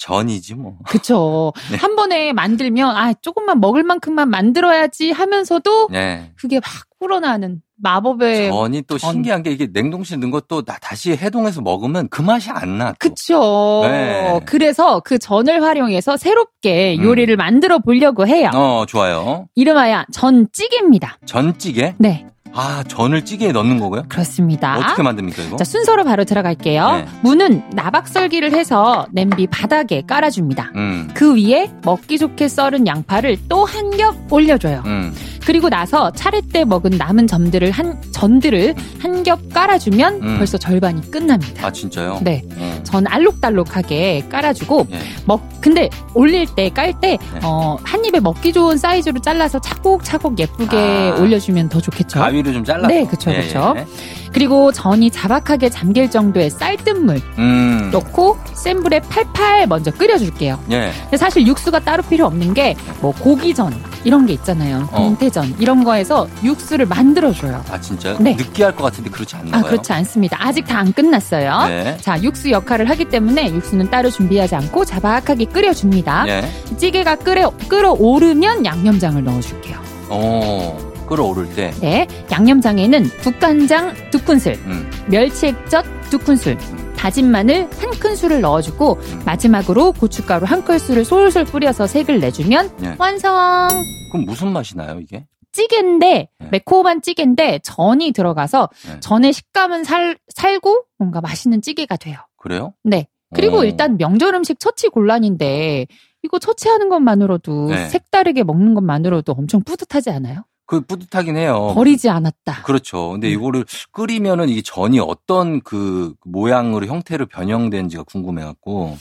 Speaker 1: 전이지 뭐.
Speaker 4: 그쵸.
Speaker 1: 네.
Speaker 4: 한 번에 만들면, 아, 조금만 먹을 만큼만 만들어야지 하면서도
Speaker 1: 예.
Speaker 4: 그게 막 우러나는 마법의.
Speaker 1: 전이 또
Speaker 4: 네. 전.
Speaker 1: 신기한 게 이게 냉동실 넣은 것도 나- 다시 해동해서 먹으면 그 맛이 안 나. 또.
Speaker 4: 그쵸.
Speaker 1: 네.
Speaker 4: 그래서 그 전을 활용해서 새롭게
Speaker 1: 음.
Speaker 4: 요리를 만들어 보려고 해요.
Speaker 1: 어, 좋아요.
Speaker 4: 이름하여 전찌개입니다.
Speaker 1: 전찌개?
Speaker 4: 네,
Speaker 1: 아, 전을 찌개에 넣는 거고요?
Speaker 4: 그렇습니다.
Speaker 1: 어떻게 만듭니까, 이거?
Speaker 4: 자, 순서로 바로 들어갈게요.
Speaker 1: 네.
Speaker 4: 무는 나박썰기를 해서 냄비 바닥에 깔아줍니다.
Speaker 1: 음,
Speaker 4: 그 위에 먹기 좋게 썰은 양파를 또 한 겹 올려줘요.
Speaker 1: 음.
Speaker 4: 그리고 나서 차례때 먹은 남은 점들을 한 전들을 한 겹 깔아주면
Speaker 1: 음.
Speaker 4: 벌써 절반이 끝납니다.
Speaker 1: 아, 진짜요?
Speaker 4: 네,
Speaker 1: 음.
Speaker 4: 전 알록달록하게 깔아주고
Speaker 1: 예.
Speaker 4: 먹 근데 올릴 때 깔 때 어, 한
Speaker 1: 네.
Speaker 4: 입에 먹기 좋은 사이즈로 잘라서 차곡차곡 예쁘게
Speaker 1: 아.
Speaker 4: 올려주면 더 좋겠죠.
Speaker 1: 가위로 좀 잘라서.
Speaker 4: 네, 그쵸, 그쵸.
Speaker 1: 예, 예.
Speaker 4: 그리고 전이 자박하게 잠길 정도의 쌀뜨물
Speaker 1: 음.
Speaker 4: 넣고 센 불에 팔팔 먼저 끓여줄게요.
Speaker 1: 예.
Speaker 4: 근데 사실 육수가 따로 필요 없는 게 뭐 고기전, 이런 게 있잖아요.
Speaker 1: 어.
Speaker 4: 민태전 이런 거에서 육수를 만들어줘요.
Speaker 1: 아 진짜
Speaker 4: 네.
Speaker 1: 느끼할 것 같은데 그렇지
Speaker 4: 아
Speaker 1: 않나요?
Speaker 4: 그렇지 않습니다. 아직 다 안 끝났어요.
Speaker 1: 네.
Speaker 4: 자 육수 역할을 하기 때문에 육수는 따로 준비하지 않고 자박하게 끓여줍니다.
Speaker 1: 네.
Speaker 4: 찌개가 끓여 끓어오르면 양념장을 넣어줄게요.
Speaker 1: 어 끓어오를 때.
Speaker 4: 네, 양념장에는 국간장 두 큰술,
Speaker 1: 음.
Speaker 4: 멸치액젓 두 큰술, 다진 마늘 한 큰술을 넣어주고
Speaker 1: 음.
Speaker 4: 마지막으로 고춧가루 한 큰술을 솔솔 뿌려서 색을 내주면
Speaker 1: 네.
Speaker 4: 완성.
Speaker 1: 그럼 무슨 맛이 나요 이게?
Speaker 4: 찌개인데
Speaker 1: 네.
Speaker 4: 매콤한 찌개인데 전이 들어가서
Speaker 1: 네.
Speaker 4: 전의 식감은 살 살고 뭔가 맛있는 찌개가 돼요.
Speaker 1: 그래요?
Speaker 4: 네. 그리고
Speaker 1: 어.
Speaker 4: 일단 명절 음식 처치 곤란인데 이거 처치하는 것만으로도
Speaker 1: 네.
Speaker 4: 색다르게 먹는 것만으로도 엄청 뿌듯하지 않아요?
Speaker 1: 그 뿌듯하긴 해요.
Speaker 4: 버리지 않았다.
Speaker 1: 그렇죠.
Speaker 4: 음.
Speaker 1: 근데 이거를 끓이면은 이게 전이 어떤 그 모양으로 형태로 변형된지가 궁금해갖고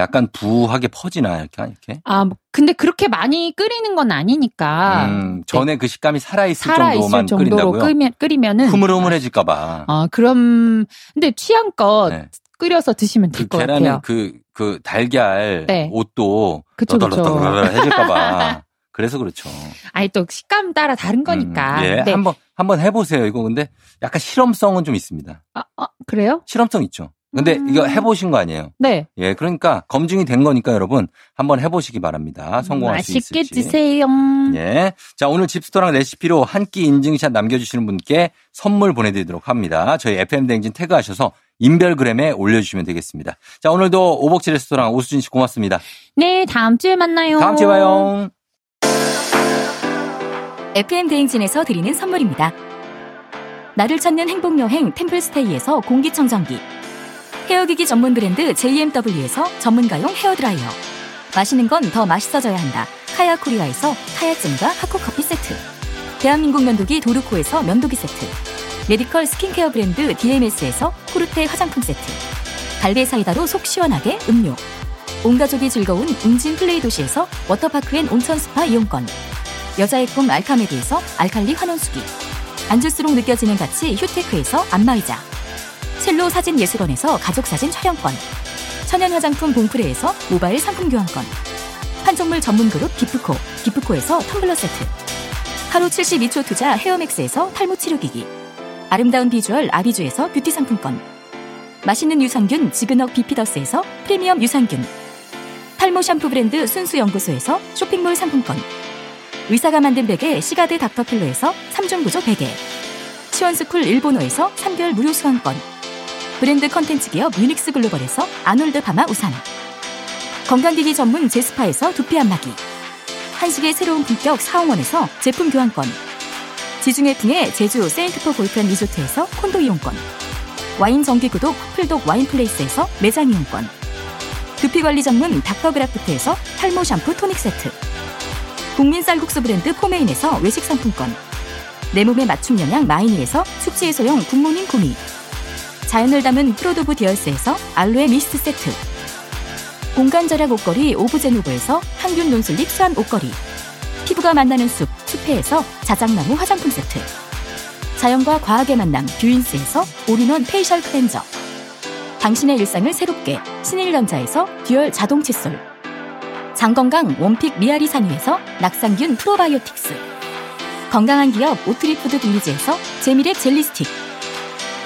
Speaker 1: 약간 부하게 퍼지나 이렇게 이렇게.
Speaker 4: 아, 뭐, 근데 그렇게 많이 끓이는 건 아니니까 네.
Speaker 1: 음, 전에 그 식감이 살아있을
Speaker 4: 살아 있을
Speaker 1: 정도만
Speaker 4: 정도로
Speaker 1: 끓인다고요?
Speaker 4: 끓이면 끓이면은
Speaker 1: 흐물흐물해질까봐.
Speaker 4: 아, 그럼 근데 취향껏
Speaker 1: 네.
Speaker 4: 끓여서 드시면 될
Speaker 1: 그
Speaker 4: 것
Speaker 1: 계란은
Speaker 4: 같아요.
Speaker 1: 그, 그 달걀
Speaker 4: 네.
Speaker 1: 옷도
Speaker 4: 그쵸, 그쵸.
Speaker 1: 떠돌떠돌
Speaker 4: (laughs)
Speaker 1: 해질까봐. 그래서 그렇죠.
Speaker 4: 아니 또 식감 따라 다른 거니까.
Speaker 1: 음, 예,
Speaker 4: 네.
Speaker 1: 한번 한번 해보세요. 이거 근데 약간 실험성은 좀 있습니다.
Speaker 4: 아, 어, 그래요?
Speaker 1: 실험성 있죠. 근데
Speaker 4: 음.
Speaker 1: 이거 해보신 거 아니에요?
Speaker 4: 네.
Speaker 1: 예, 그러니까 검증이 된 거니까 여러분 한번 해보시기 바랍니다. 성공할 수 있을지.
Speaker 4: 맛있게 음, 드세요.
Speaker 1: 예. 자, 오늘 집스토랑 레시피로 한 끼 인증샷 남겨주시는 분께 선물 보내드리도록 합니다. 저희 FM대행진 태그하셔서 인별그램에 올려주시면 되겠습니다. 자, 오늘도 오복지 레스토랑 오수진 씨 고맙습니다.
Speaker 4: 네, 다음 주에 만나요.
Speaker 1: 다음 주에 봐요.
Speaker 6: FM 대행진에서 드리는 선물입니다. 나를 찾는 행복 여행 템플스테이에서 공기청정기, 헤어기기 전문 브랜드 JMW에서 전문가용 헤어 드라이어, 마시는 건 더 맛있어져야 한다. 카야 코리아에서 카야찜과 하코 커피 세트, 대한민국 면도기 도르코에서 면도기 세트, 메디컬 스킨케어 브랜드 DMS에서 코르테 화장품 세트, 갈베 사이다로 속 시원하게 음료, 온 가족이 즐거운 웅진 플레이 도시에서 워터파크 앤 온천 스파 이용권. 여자의 꿈 알카메디에서 알칼리 환원수기 앉을수록 느껴지는 가치 휴테크에서 안마의자 첼로 사진 예술원에서 가족사진 촬영권 천연 화장품 봉프레에서 모바일 상품 교환권 판촉물 전문 그룹 기프코 기프코에서 텀블러 세트 하루 72초 투자 헤어맥스에서 탈모 치료기기 아름다운 비주얼 아비주에서 뷰티 상품권 맛있는 유산균 지그넉 비피더스에서 프리미엄 유산균 탈모 샴푸 브랜드 순수연구소에서 쇼핑몰 상품권 의사가 만든 베개 시가드 닥터필로에서 3중 구조 베개 시원스쿨 일본어에서 3개월 무료 수강권 브랜드 컨텐츠 기업 유닉스 글로벌에서 아놀드 파마 우산 건강기기 전문 제스파에서 두피 안마기 한식의 새로운 품격 사홍원에서 제품 교환권 지중해 풍의 제주 세인트포 골프앤 리조트에서 콘도 이용권 와인 정기구독 풀독 와인플레이스에서 매장 이용권 두피관리 전문 닥터그라프트에서 탈모 샴푸 토닉 세트 국민 쌀국수 브랜드 포메인에서 외식 상품권 내 몸에 맞춤 영양 마이니에서 숙취 해소용 국모닝 구미 자연을 담은 프로도브 디얼스에서 알로에 미스트 세트 공간 절약 옷걸이 오브제노브에서 항균 논슬립 수한 옷걸이 피부가 만나는 숲 숲회에서 자작나무 화장품 세트 자연과 과학의 만남 뷰인스에서 올인원 페이셜 클렌저 당신의 일상을 새롭게 신일전자에서 듀얼 자동 칫솔 장건강 원픽 미아리 산유에서 낙상균 프로바이오틱스 건강한 기업 오트리푸드 빌리지에서 재미랩 젤리스틱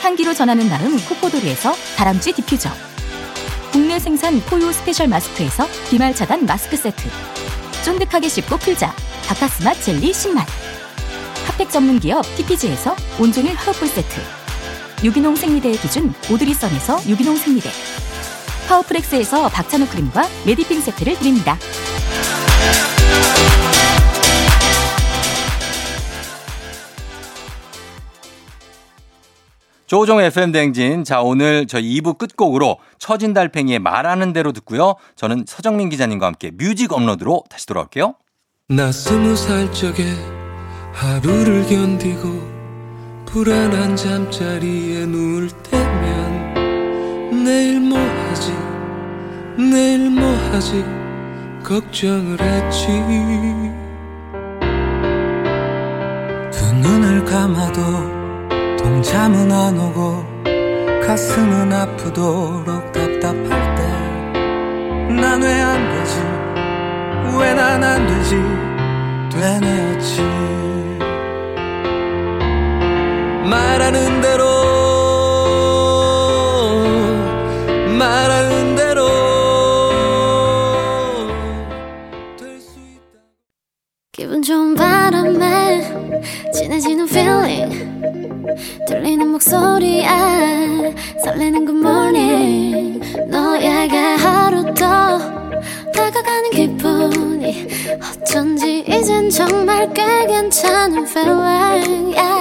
Speaker 6: 향기로 전하는 마음 코코도리에서 다람쥐 디퓨저 국내 생산 포유 스페셜 마스크에서 비말 차단 마스크 세트 쫀득하게 씹고 풀자 바카스맛 젤리 10만 핫팩 전문 기업 TPG에서 온종일 화로불 세트 유기농 생리대의 기준 오드리선에서 유기농 생리대 파워프렉스에서 박찬호 크림과 메디핑 세트를 드립니다.
Speaker 1: 조종 FM 대행진. 자, 오늘 저희 2부 끝곡으로 처진달팽이의 말하는 대로 듣고요. 저는 서정민 기자님과 함께 뮤직 업로드로 다시 돌아올게요.
Speaker 3: 나 스무 살 적에 하루를 견디고 불안한 잠자리에 누울 때면 내일 뭐 하지 내일 뭐 하지 걱정을 했지 두 눈을 감아도 동참은 안 오고 가슴은 아프도록 답답할 때 난 왜 안 되지 왜 난 안 되지 되뇌었지 말하는 대로 말하는 대로 될 수 있다
Speaker 7: 기분 좋은 바람에 진해지는 feeling 들리는 목소리에 설레는 good morning 너에게 하루 더 다가가는 기분이 어쩐지 이젠 정말 꽤 괜찮은 feeling yeah.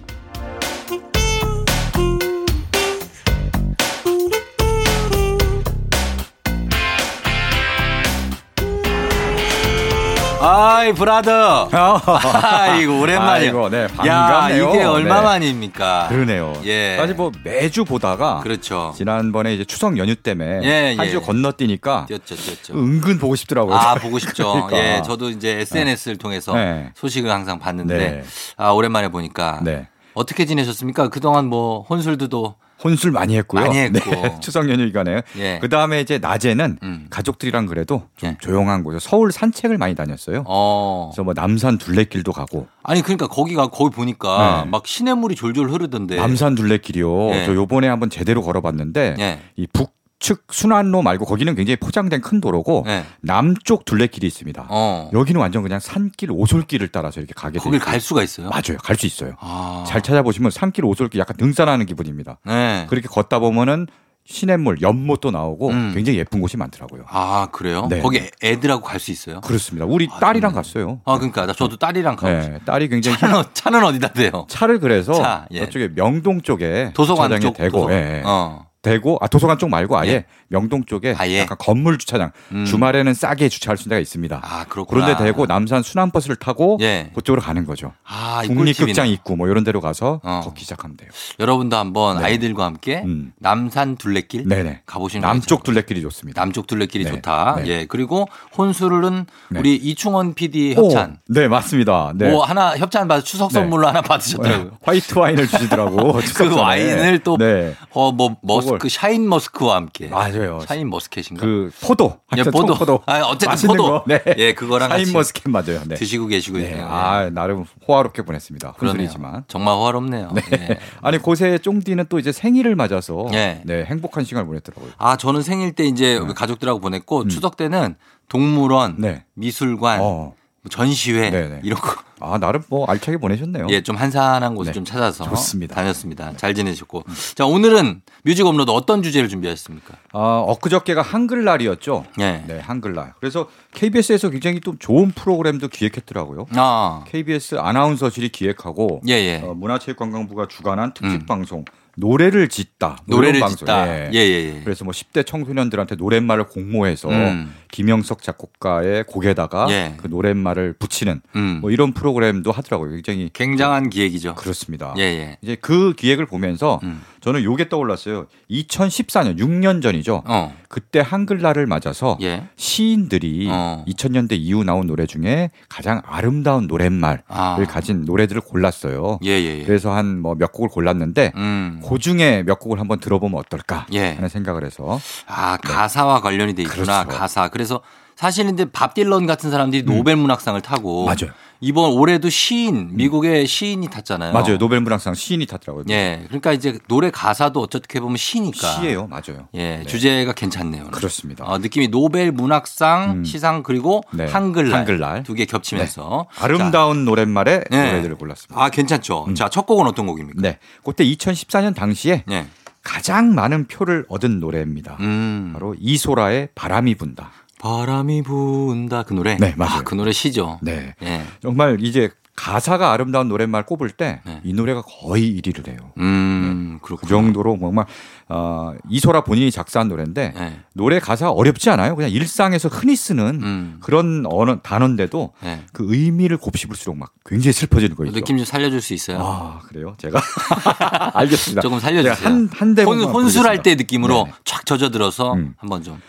Speaker 1: 아이 브라더. 아이고 오랜만이야.
Speaker 8: 어. 아이고, 네,
Speaker 1: 야
Speaker 8: 반갑네요.
Speaker 1: 이게
Speaker 8: 네.
Speaker 1: 얼마만입니까?
Speaker 8: 그러네요.
Speaker 1: 예.
Speaker 8: 사실 뭐 매주 보다가
Speaker 1: 그렇죠.
Speaker 8: 지난번에 이제 추석 연휴 때문에
Speaker 1: 예,
Speaker 8: 한
Speaker 1: 예.
Speaker 8: 주 건너뛰니까
Speaker 1: 뛰었죠, 뛰었죠.
Speaker 8: 은근 보고 싶더라고요.
Speaker 1: 아, 보고 싶죠.
Speaker 8: 음, 뭐 (laughs) 그러니까.
Speaker 1: 예, 저도 이제 SNS를 통해서
Speaker 8: 네.
Speaker 1: 소식을 항상 봤는데,
Speaker 8: 네.
Speaker 1: 아, 오랜만에 보니까.
Speaker 8: 네.
Speaker 1: 어떻게 지내셨습니까? 그동안 뭐, 혼술도
Speaker 8: 혼술 많이 했고요.
Speaker 1: 많이 했고.
Speaker 8: 네, (laughs) 추석 연휴 기간에.
Speaker 1: 예.
Speaker 8: 그 다음에 이제 낮에는
Speaker 1: 음.
Speaker 8: 가족들이랑 그래도 좀
Speaker 1: 예.
Speaker 8: 조용한 곳에 서울 산책을 많이 다녔어요.
Speaker 1: 어.
Speaker 8: 그래서 뭐 남산 둘레길도 가고
Speaker 1: 아니, 그러니까 거기가, 거기 보니까
Speaker 8: 네.
Speaker 1: 막 시냇물이 졸졸 흐르던데.
Speaker 8: 남산 둘레길이요.
Speaker 1: 예.
Speaker 8: 저 요번에 한번 제대로 걸어봤는데
Speaker 1: 예.
Speaker 8: 이 북측 순환로 말고 거기는 굉장히 포장된 큰 도로고
Speaker 1: 예.
Speaker 8: 남쪽 둘레길이 있습니다.
Speaker 1: 어.
Speaker 8: 여기는 완전 그냥 산길 오솔길을 따라서 이렇게 가게 뭐
Speaker 1: 거길
Speaker 8: 돼요.
Speaker 1: 갈 수가 있어요.
Speaker 8: 맞아요. 갈 수 있어요.
Speaker 1: 아.
Speaker 8: 잘 찾아보시면 산길 오솔길 약간 등산하는 기분입니다.
Speaker 1: 네.
Speaker 8: 그렇게 걷다 보면은 시냇물, 연못도 나오고
Speaker 1: 음.
Speaker 8: 굉장히 예쁜 곳이 많더라고요.
Speaker 1: 아, 그래요?
Speaker 8: 네.
Speaker 1: 거기 애- 애들하고 갈 수 있어요?
Speaker 8: 그렇습니다. 우리
Speaker 1: 아,
Speaker 8: 딸이랑
Speaker 1: 좋네.
Speaker 8: 갔어요.
Speaker 1: 아, 그러니까. 나 저도 딸이랑 가고 싶어요.
Speaker 8: 네, 딸이 굉장히
Speaker 1: 차는, 어- 차는 어디다 대요?
Speaker 8: 차를 그래서
Speaker 1: 차, 예.
Speaker 8: 저쪽에 명동 쪽에
Speaker 1: 도서관
Speaker 8: 주차장에
Speaker 1: 쪽.
Speaker 8: 대고
Speaker 1: 도서-
Speaker 8: 예, 예.
Speaker 1: 어.
Speaker 8: 대고 아 도서관 쪽 말고 아예
Speaker 1: 예.
Speaker 8: 명동 쪽에
Speaker 1: 아예.
Speaker 8: 약간 건물 주차장
Speaker 1: 음.
Speaker 8: 주말에는 싸게 주차할 수 있는 데가 있습니다.
Speaker 1: 아, 그렇구나.
Speaker 8: 그런데 대고 남산 순환버스를 타고
Speaker 1: 예.
Speaker 8: 그쪽으로 가는 거죠.
Speaker 1: 아, 이 꿀팁이네.
Speaker 8: 국립극장 입구 뭐 이런 데로 가서
Speaker 1: 어.
Speaker 8: 걷기 시작하면 돼요.
Speaker 1: 여러분도 한번
Speaker 8: 네.
Speaker 1: 아이들과 함께
Speaker 8: 음.
Speaker 1: 남산 둘레길
Speaker 8: 네네.
Speaker 1: 가보시는
Speaker 8: 남쪽
Speaker 1: 거
Speaker 8: 둘레길이 좋습니다.
Speaker 1: 남쪽 둘레길이
Speaker 8: 네.
Speaker 1: 좋다.
Speaker 8: 네.
Speaker 1: 예. 그리고 혼술은
Speaker 8: 네.
Speaker 1: 우리 이충원 PD
Speaker 8: 오,
Speaker 1: 협찬.
Speaker 8: 네 맞습니다. 네.
Speaker 1: 뭐 하나 협찬 받아 추석
Speaker 8: 네.
Speaker 1: 선물로 하나 받으셨더라고요.
Speaker 8: 화이트 와인을
Speaker 1: (laughs)
Speaker 8: 주시더라고.
Speaker 1: 그
Speaker 8: 추석 전에.
Speaker 1: 와인을 또
Speaker 8: 네.
Speaker 1: 어, 뭐, 머스크,
Speaker 8: 그걸.
Speaker 1: 샤인 머스크와 함께.
Speaker 8: 맞아요.
Speaker 1: 샤인 머스켓인가?
Speaker 8: 그 포도.
Speaker 1: 예,
Speaker 8: 하여튼
Speaker 1: 포도.
Speaker 8: 포도.
Speaker 1: 아, 어쨌든
Speaker 8: 맛있는
Speaker 1: 포도.
Speaker 8: 거. 네.
Speaker 1: 예, 그거랑 같이
Speaker 8: 사인 머스켓 맞아요. 네.
Speaker 1: 드시고 계시고요. 예.
Speaker 8: 네. 아, 나름 호화롭게 보냈습니다.
Speaker 1: 그러네요.
Speaker 8: 혼술이지만.
Speaker 1: 정말 호화롭네요. 예.
Speaker 8: 아니 고세 쫑디는 또 이제 생일을 맞아서
Speaker 1: 예.
Speaker 8: 네. 행복한 시간을 보냈더라고요.
Speaker 1: 아, 저는 생일 때 이제 가족들하고 보냈고 추석 때는 동물원,
Speaker 8: 음. 네.
Speaker 1: 미술관,
Speaker 8: 어.
Speaker 1: 뭐 전시회
Speaker 8: 네네.
Speaker 1: 이런 거
Speaker 8: 아 나름 뭐 알차게 보내셨네요.
Speaker 1: 예, 좀 한산한 곳을
Speaker 8: 네.
Speaker 1: 좀 찾아서
Speaker 8: 좋습니다. 네.
Speaker 1: 다녔습니다. 잘 지내셨고. 자, 오늘은 뮤직 업로드 어떤 주제를 준비하셨습니까?
Speaker 8: 아, 엊그저께가 한글날이었죠.
Speaker 1: 예.
Speaker 8: 네, 한글날. 그래서 KBS에서 굉장히 좀 좋은 프로그램도 기획했더라고요.
Speaker 1: 아.
Speaker 8: KBS 아나운서실이 기획하고
Speaker 1: 예, 예.
Speaker 8: 어, 문화체육관광부가 주관한 특집
Speaker 1: 음.
Speaker 8: 방송 노래를 짓다 뭐
Speaker 1: 노래를
Speaker 8: 이런
Speaker 1: 짓다. 예, 예, 예.
Speaker 8: 그래서 뭐 10대 청소년들한테 노랫말을 공모해서
Speaker 1: 음.
Speaker 8: 김영석 작곡가의 곡에다가
Speaker 1: 예.
Speaker 8: 그 노랫말을 붙이는
Speaker 1: 음.
Speaker 8: 뭐 이런 프로그램도 하더라고요. 굉장히
Speaker 1: 굉장한 기획이죠.
Speaker 8: 그렇습니다.
Speaker 1: 예, 예.
Speaker 8: 이제 그 기획을 보면서
Speaker 1: 음.
Speaker 8: 저는 요게 떠올랐어요. 2014년 6년 전이죠.
Speaker 1: 어.
Speaker 8: 그때 한글날을 맞아서
Speaker 1: 예.
Speaker 8: 시인들이
Speaker 1: 어.
Speaker 8: 2000년대 이후 나온 노래 중에 가장 아름다운 노랫말을
Speaker 1: 아.
Speaker 8: 가진 노래들을 골랐어요.
Speaker 1: 예, 예, 예.
Speaker 8: 그래서 한 뭐 몇 곡을 골랐는데
Speaker 1: 음.
Speaker 8: 그 중에 몇 곡을 한번 들어보면 어떨까
Speaker 1: 예.
Speaker 8: 하는 생각을 해서
Speaker 1: 아, 가사와 관련이 돼 있구나.
Speaker 8: 네. 그렇죠. 음.
Speaker 1: 가사. 그래서 사실은 이제 밥 딜런 같은 사람들이 노벨 문학상을 타고
Speaker 8: 맞아요. 음.
Speaker 1: 이번 올해도 시인, 미국의 시인이 탔잖아요.
Speaker 8: 맞아요 노벨 문학상 시인이 탔더라고요.
Speaker 1: 어. 예. 그러니까 이제 노래 가사도 어떻게 보면 시니까.
Speaker 8: 그러니까. 시예요, 맞아요.
Speaker 1: 예,
Speaker 8: 네.
Speaker 1: 주제가 괜찮네요. 오늘.
Speaker 8: 그렇습니다.
Speaker 1: 어, 느낌이 노벨 문학상
Speaker 8: 음.
Speaker 1: 시상 그리고
Speaker 8: 네,
Speaker 1: 한글날,
Speaker 8: 한글날. 네.
Speaker 1: 두 개 겹치면서 자,
Speaker 8: 아름다운 음. 노랫말의
Speaker 1: 네.
Speaker 8: 노래들을 골랐습니다.
Speaker 1: 아 괜찮죠. 자 첫 곡은 어떤 곡입니까?
Speaker 8: 네, 그때 2014년 당시에
Speaker 1: 네.
Speaker 8: 가장 많은 표를 얻은 노래입니다.
Speaker 1: 음.
Speaker 8: 바로 이소라의 바람이 분다.
Speaker 1: 바람이 분다 그 노래.
Speaker 8: 네, 맞아요.
Speaker 1: 아, 그 노래 시죠.
Speaker 8: 네.
Speaker 1: 예.
Speaker 8: 정말 이제 가사가 아름다운 노랫말 꼽을 때 이
Speaker 1: 네.
Speaker 8: 노래가 거의 1위를 해요.
Speaker 1: 음,
Speaker 8: 그
Speaker 1: 그렇군요.
Speaker 8: 정도로 정말 어, 이소라 본인이 작사한 노래인데
Speaker 1: 네.
Speaker 8: 노래 가사 어렵지 않아요. 그냥 일상에서 흔히 쓰는
Speaker 1: 음.
Speaker 8: 그런 언어 단어인데도
Speaker 1: 네.
Speaker 8: 그 의미를 곱씹을수록 막 굉장히 슬퍼지는 거예요.
Speaker 1: 느낌 좀 살려줄 수 있어요?
Speaker 8: 아 그래요? 제가 (laughs) 알겠습니다.
Speaker 1: 조금 살려주세요.
Speaker 8: 제가 한- 한 대목만
Speaker 1: 혼- 혼술할
Speaker 8: 보겠습니다.
Speaker 1: 때 느낌으로
Speaker 8: 네네.
Speaker 1: 촥 젖어들어서
Speaker 8: 음.
Speaker 1: 한번 좀.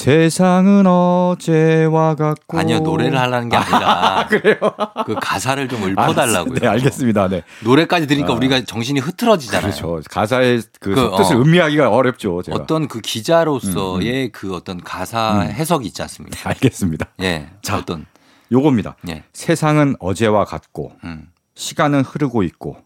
Speaker 8: 세상은 어제와 같고
Speaker 1: 아니요, 노래를 하라는 게
Speaker 8: (laughs)
Speaker 1: 아니라. 그래요? 그 가사를 좀 읊어달라고요.
Speaker 8: 네 알겠습니다. 네
Speaker 1: 노래까지 들으니까
Speaker 8: 아.
Speaker 1: 우리가 정신이 흐트러지잖아요.
Speaker 8: 그렇죠. 가사의 그,
Speaker 1: 그,
Speaker 8: 뜻을
Speaker 1: 어.
Speaker 8: 음미하기가 어렵죠. 제가
Speaker 1: 어떤 그 기자로서의 그 어떤 가사
Speaker 8: 음.
Speaker 1: 해석이 있지 않습니까?
Speaker 8: 알겠습니다.
Speaker 1: 예.
Speaker 8: 자.
Speaker 1: 어떤.
Speaker 8: 요겁니다.
Speaker 1: 예.
Speaker 8: 세상은 어제와 같고
Speaker 1: 음.
Speaker 8: 시간은 흐르고 있고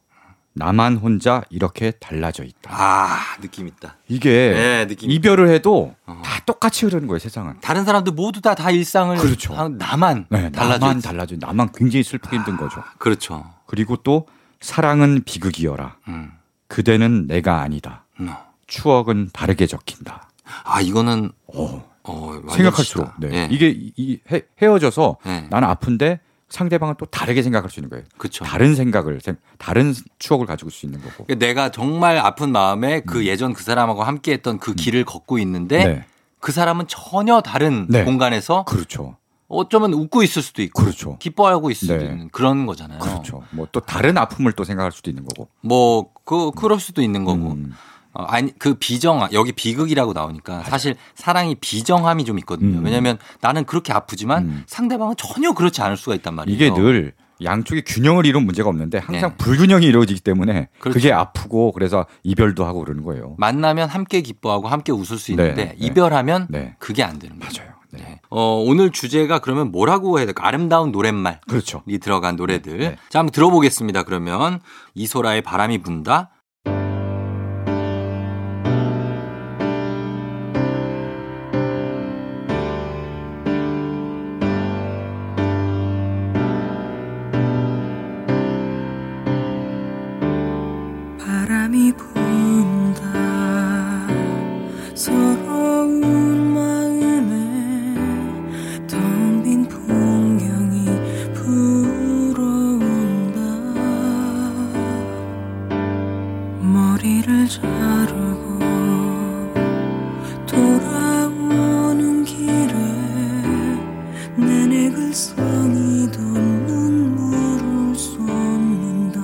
Speaker 8: 나만 혼자 이렇게 달라져 있다.
Speaker 1: 아, 느낌 있다.
Speaker 8: 이게
Speaker 1: 네, 느낌.
Speaker 8: 이별을 해도
Speaker 1: 어.
Speaker 8: 다 똑같이 흐르는 거예요, 세상은.
Speaker 1: 다른 사람들 모두 다 다 일상을
Speaker 8: 그렇죠.
Speaker 1: 하- 나만
Speaker 8: 네,
Speaker 1: 달라져.
Speaker 8: 나만
Speaker 1: 있-
Speaker 8: 달라져. 나만 굉장히 슬프게
Speaker 1: 아.
Speaker 8: 힘든 거죠.
Speaker 1: 그렇죠.
Speaker 8: 그리고 또 사랑은 비극이어라.
Speaker 1: 음.
Speaker 8: 그대는 내가 아니다.
Speaker 1: 음.
Speaker 8: 추억은 다르게 적힌다.
Speaker 1: 아, 이거는
Speaker 8: 어,
Speaker 1: 어, 완전
Speaker 8: 생각할수록
Speaker 1: 진짜.
Speaker 8: 네.
Speaker 1: 예.
Speaker 8: 이게 이- 이 헤- 헤어져서
Speaker 1: 예.
Speaker 8: 나는 아픈데 상대방은 또 다르게 생각할 수 있는 거예요.
Speaker 1: 그렇죠.
Speaker 8: 다른 생각을 생- 다른 추억을 가지고 수 있는 거고.
Speaker 1: 그러니까 내가 정말 아픈 마음에 그 예전 그 사람하고 함께했던 그 길을 걷고 있는데
Speaker 8: 음. 네.
Speaker 1: 그 사람은 전혀 다른
Speaker 8: 네.
Speaker 1: 공간에서
Speaker 8: 그렇죠.
Speaker 1: 어쩌면 웃고 있을 수도 있고
Speaker 8: 그렇죠.
Speaker 1: 기뻐하고 있을 수도
Speaker 8: 네.
Speaker 1: 있는 그런 거잖아요.
Speaker 8: 그렇죠. 뭐 또 다른 아픔을 또 생각할 수도 있는 거고.
Speaker 1: 뭐 그 그럴 수도 있는 거고
Speaker 8: 음.
Speaker 1: 어, 아니 그 비정 여기 비극이라고 나오니까 사실 사랑이 비정함이 좀 있거든요.
Speaker 8: 음.
Speaker 1: 왜냐하면 나는 그렇게 아프지만
Speaker 8: 음.
Speaker 1: 상대방은 전혀 그렇지 않을 수가 있단 말이에요.
Speaker 8: 이게 늘 양쪽의 균형을 이룬 문제가 없는데 항상
Speaker 1: 네.
Speaker 8: 불균형이 이루어지기 때문에 그
Speaker 1: 그렇죠.
Speaker 8: 게 아프고 그래서 이별도 하고 그러는 거예요.
Speaker 1: 만나면 함께 기뻐하고 함께 웃을 수 있는데
Speaker 8: 네, 네.
Speaker 1: 이별하면
Speaker 8: 네.
Speaker 1: 그게 안 되는 거죠.
Speaker 8: 맞아요. 네.
Speaker 1: 네. 어, 오늘 주제가 그러면 뭐라고 해야 될까? 아름다운 노랫말이
Speaker 8: 그렇죠.
Speaker 1: 들어간 노래들.
Speaker 8: 네.
Speaker 1: 자, 한번 들어보겠습니다. 그러면 이소라의 바람이 분다.
Speaker 9: 바람이 분다 서러운 마음에 텅 빈 풍경이 불어온다 머리를 자르고 돌아오는 길에 내 넥을 성이던 눈물을 쏟는다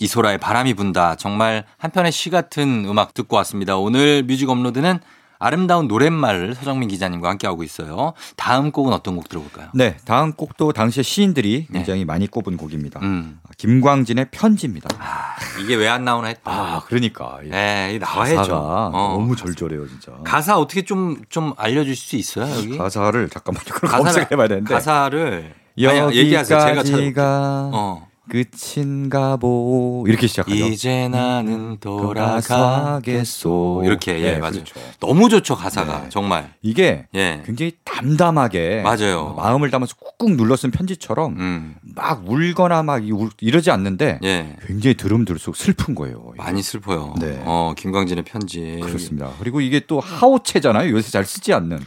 Speaker 1: 이소라의 바람이 분다. 정말 한편의 시 같은 음악 듣고 왔습니다. 오늘 뮤직 업로드는 아름다운 노랫말을 서정민 기자님과 함께하고 있어요. 다음 곡은 어떤 곡 들어볼까요?
Speaker 8: 네, 다음 곡도 당시에 시인들이
Speaker 1: 네.
Speaker 8: 굉장히 많이 꼽은 곡입니다. 아,
Speaker 1: 음.
Speaker 8: 김광진의 편지입니다.
Speaker 1: 아, 이게 왜 안 나오나 했다.
Speaker 8: 아, 그러니까 이
Speaker 1: 네, 이게 나와야죠.
Speaker 8: 가사가
Speaker 1: 어.
Speaker 8: 너무 절절해요, 진짜.
Speaker 1: 가사 어떻게 좀, 좀 알려줄 수 있어요, 여기?
Speaker 8: 가사를 잠깐만요. 그걸
Speaker 1: 가사를-
Speaker 8: 검색해봐야 되는데.
Speaker 1: 가사를. 아니, 얘기하세요. 제가 찾아볼게요.
Speaker 8: 여기까지가
Speaker 1: 어.
Speaker 8: 끝인가 보 이렇게 시작하죠.
Speaker 1: 이제 나는
Speaker 8: 음, 돌아가겠소.
Speaker 1: 돌아가겠소. 이렇게, 예,
Speaker 8: 네,
Speaker 1: 맞아요.
Speaker 8: 그렇죠.
Speaker 1: 너무 좋죠, 가사가.
Speaker 8: 네. 그-
Speaker 1: 정말.
Speaker 8: 이게
Speaker 1: 예.
Speaker 8: 굉장히 담담하게 뭐
Speaker 1: 맞아요.
Speaker 8: 마음을 담아서 꾹꾹 눌러 쓴 편지처럼
Speaker 1: 음.
Speaker 8: 막 울거나 막 이- 울- 이러지 않는데
Speaker 1: 예.
Speaker 8: 굉장히 들으면 들수록 슬픈 거예요. 이게.
Speaker 1: 많이 슬퍼요.
Speaker 8: 네.
Speaker 1: 어, 김광진의 편지.
Speaker 8: 그렇습니다. 그리고 이게 또 하오체잖아요. 요새 잘 쓰지 않는.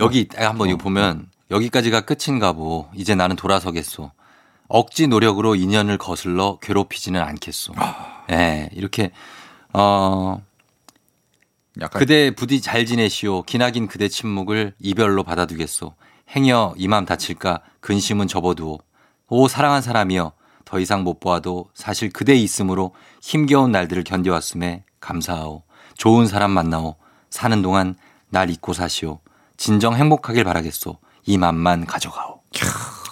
Speaker 1: 여기
Speaker 8: 어.
Speaker 1: 딱 한번 이거 보면 여기까지가 끝인가 보. 이제 나는 돌아서겠소. 억지 노력으로 인연을 거슬러 괴롭히지는 않겠소.
Speaker 8: 아.
Speaker 1: 예. 이렇게 어
Speaker 8: 약간
Speaker 1: 그대 부디 잘 지내시오. 기나긴 그대 침묵을 이별로 받아두겠소. 행여 이 맘 다칠까 근심은 접어두오. 오 사랑한 사람이여 더 이상 못 보아도 사실 그대 있음으로 힘겨운 날들을 견뎌왔음에 감사하오. 좋은 사람 만나오. 사는 동안 날 잊고 사시오. 진정 행복하길 바라겠소. 이 맘만 가져가오.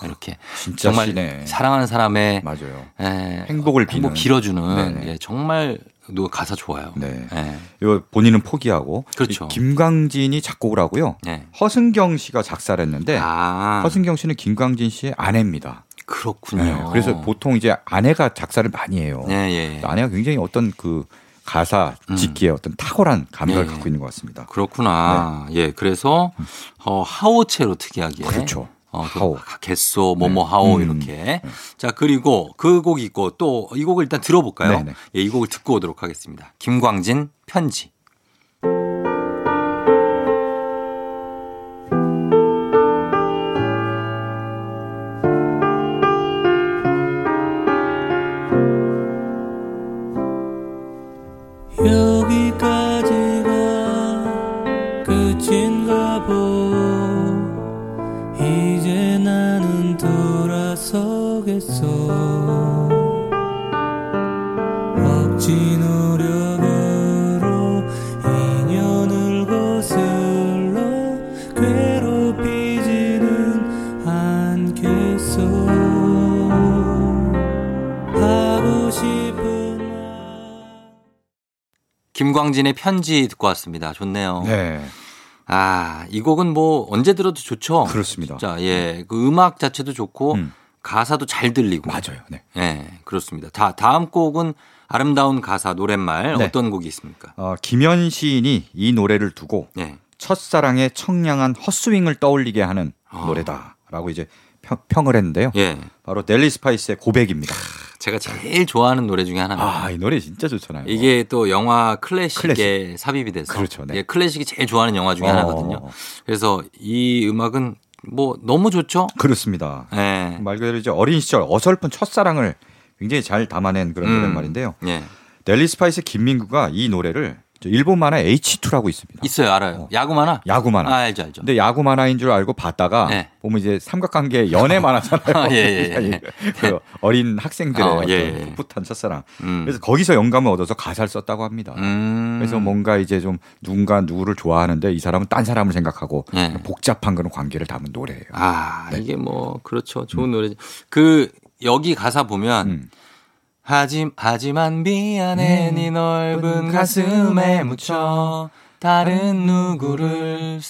Speaker 1: 이렇게
Speaker 8: 진짜
Speaker 1: 정말
Speaker 8: 시네.
Speaker 1: 사랑하는 사람의
Speaker 8: 맞아요.
Speaker 1: 에,
Speaker 8: 네. 행복을 비는.
Speaker 1: 행복 빌어주는
Speaker 8: 네네.
Speaker 1: 예, 정말 누가 가사 좋아요.
Speaker 8: 네.
Speaker 1: 예.
Speaker 8: 이거 본인은 포기하고
Speaker 1: 그렇죠.
Speaker 8: 이 김광진이 작곡을 하고요.
Speaker 1: 네.
Speaker 8: 허승경 씨가 작사를 했는데
Speaker 1: 아,
Speaker 8: 네. 허승경 씨는 김광진 씨의 아내입니다.
Speaker 1: 그렇군요.
Speaker 8: 네, 그래서 보통 이제 아내가 작사를 많이 해요.
Speaker 1: 예, 예, 예.
Speaker 8: 아내가 굉장히 어떤 그 가사
Speaker 1: 음.
Speaker 8: 짓기에 어떤 탁월한 감각을
Speaker 1: 예, 예.
Speaker 8: 갖고 있는 것 같습니다.
Speaker 1: 그렇구나. 예, 그래서 어, 하오체로 특이하게.
Speaker 8: 네. 음. 그렇죠.
Speaker 1: 어, 그
Speaker 8: 하오.
Speaker 1: 갯소, 뭐뭐 하오
Speaker 8: 음.
Speaker 1: 이렇게. 자 그리고 그 곡이 있고 또 이 곡을 일단 들어볼까요?
Speaker 8: 네네.
Speaker 1: 예, 이 곡을 듣고 오도록 하겠습니다. 김광진 편지.
Speaker 3: 난 돌아서겠어 억지 노력으로 인연을 거슬러 괴롭히지는 않겠어 하고 싶은
Speaker 1: 김광진의 편지 듣고 왔습니다. 좋네요.
Speaker 8: 네.
Speaker 1: 아, 이 곡은 뭐 언제 들어도 좋죠.
Speaker 8: 그렇습니다. 네.
Speaker 1: 진짜 예. 그 음악 자체도 좋고
Speaker 8: 음.
Speaker 1: 가사도 잘 들리고.
Speaker 8: 맞아요. 네.
Speaker 1: 예, 그렇습니다. 다 다음 곡은 아름다운 가사 노랫말
Speaker 8: 네.
Speaker 1: 어떤 곡이 있습니까?
Speaker 8: 어, 김현 시인이 이 노래를 두고
Speaker 1: 예.
Speaker 8: 첫사랑의 청량한 헛스윙을 떠올리게 하는
Speaker 1: 아.
Speaker 8: 노래다라고 이제 평, 평을 했는데요.
Speaker 1: 예.
Speaker 8: 바로 넬리 스파이스의 고백입니다.
Speaker 1: 제가 제일 좋아하는 노래 중에 하나입니다.
Speaker 8: 아, 이 노래 진짜 좋잖아요.
Speaker 1: 이게 또 영화 클래식에
Speaker 8: 클래식.
Speaker 1: 삽입이 돼서
Speaker 8: 그렇죠, 네.
Speaker 1: 예, 클래식이 제일 좋아하는 영화 중에
Speaker 8: 어.
Speaker 1: 하나거든요. 그래서 이 음악은 뭐 너무 좋죠.
Speaker 8: 그렇습니다.
Speaker 1: 예.
Speaker 8: 말 그대로 이제 어린 시절 어설픈 첫사랑을 굉장히 잘 담아낸 그런
Speaker 1: 음.
Speaker 8: 노랫말인데요.
Speaker 1: 예.
Speaker 8: 넬리 스파이스 김민구가 이 노래를 저 일본 만화 H2라고 있습니다.
Speaker 1: 있어요, 알아요.
Speaker 8: 어. 네.
Speaker 1: 야구 만화.
Speaker 8: 야구 만화.
Speaker 1: 아, 알죠, 알죠.
Speaker 8: 근데 야구 만화인 줄 알고 봤다가
Speaker 1: 네.
Speaker 8: 보면 이제 삼각관계 연애
Speaker 1: (laughs)
Speaker 8: 만화잖아요.
Speaker 1: 아, 예,
Speaker 8: (laughs)
Speaker 1: 예,
Speaker 8: 그 어린 학생들의
Speaker 1: 어,
Speaker 8: 어,
Speaker 1: 예, 예.
Speaker 8: 떤 풋풋한 첫사랑.
Speaker 1: 음.
Speaker 8: 그래서 거기서 영감을 얻어서 가사를 썼다고 합니다.
Speaker 1: 음.
Speaker 8: 그래서 뭐 뭔가 이제 좀 누군가 누구를 좋아하는데 이 사람은 딴 사람을 생각하고
Speaker 1: 네.
Speaker 8: 복잡한 그런 관계를 담은 노래예요.
Speaker 1: 아,
Speaker 8: 네.
Speaker 1: 이게 뭐 그렇죠. 좋은 노래죠. 그 여기 가사 보면
Speaker 8: 음.
Speaker 1: 하지, 하지만 미안해
Speaker 8: 음.
Speaker 1: 네 넓은 가슴에 묻혀 다른 누구를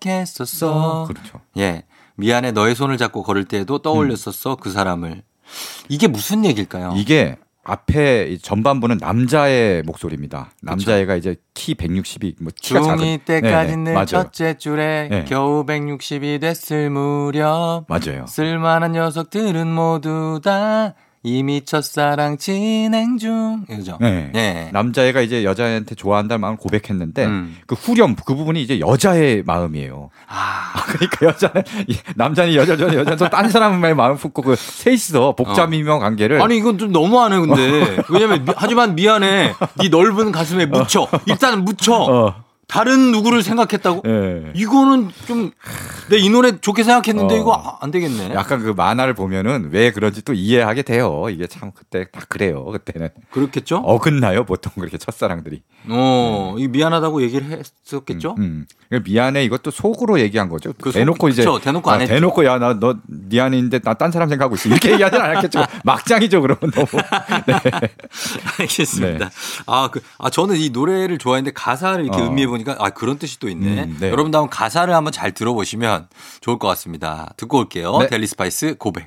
Speaker 1: 생각했었어.
Speaker 8: 그렇죠.
Speaker 1: 예. 미안해 너의 손을 잡고 걸을 때에도 떠올렸었어 그 사람을. 이게 무슨 얘기일까요?
Speaker 8: 이게 앞에 이 전반부는 남자의 목소리입니다. 남자애가 이제 키 160이 뭐 키가
Speaker 1: 중2
Speaker 8: 작은 네,
Speaker 1: 때까지 늘
Speaker 8: 맞아요.
Speaker 1: 첫째 줄에
Speaker 8: 네.
Speaker 1: 겨우 160이 됐을 무렵
Speaker 8: 맞아요.
Speaker 1: 쓸만한 녀석들은 모두 다 이미 첫사랑 진행 중. 그죠?
Speaker 8: 네.
Speaker 1: 네.
Speaker 8: 남자애가 이제 여자애한테 좋아한다는 마음을 고백했는데
Speaker 1: 음.
Speaker 8: 그 후렴 그 부분이 이제 여자의 마음이에요.
Speaker 1: 아,
Speaker 8: 그러니까 여자는 이- 남자는 여자 저는 여자 저딴 사람의 마음 품고 그 셋이서 복잡이며 관계를
Speaker 1: 어. 아니 이건 좀 너무하네
Speaker 8: (laughs)
Speaker 1: 근데 왜냐면 미- 하지만 미안해 네 넓은 가슴에 묻혀 일단 묻혀
Speaker 8: 어.
Speaker 1: 다른 누구를 생각했다고
Speaker 8: 예.
Speaker 1: 이거는 좀 내 이 노래 좋게 생각했는데
Speaker 8: 어.
Speaker 1: 이거 아- 안 되겠네
Speaker 8: 약간 그 만화를 보면은 왜 그런지 또 이해하게 돼요. 이게 참 그때 다 그래요. 그때는
Speaker 1: 그렇겠죠? 어,
Speaker 8: 어긋나요 보통 그렇게 첫사랑들이.
Speaker 1: 이 미안하다고 얘기를 했었겠죠?
Speaker 8: 음. 그러니까 미안해 이것도 속으로 얘기한 거죠.
Speaker 1: 그 속-
Speaker 8: 대놓고 이제
Speaker 1: 그쵸, 대놓고 안
Speaker 8: 아,
Speaker 1: 했죠.
Speaker 8: 대놓고 야나너 미안인데 나 딴 사람 생각하고 있어 이렇게 얘기하진
Speaker 1: (laughs)
Speaker 8: 않았겠죠. 막장이죠 그러면 너무.
Speaker 1: (laughs) 알겠습니다. 아, 그, 아, 저는 이 노래를 좋아했는데 가사를 이렇게
Speaker 8: 네. 어.
Speaker 1: 음미해 보니까 아, 그런 뜻이 또 있네.
Speaker 8: 음, 네.
Speaker 1: 여러분도 한번 가사를 한번 잘 들어보시면 좋을 것 같습니다. 듣고 올게요.
Speaker 8: 네.
Speaker 1: 델리 스파이스 고백.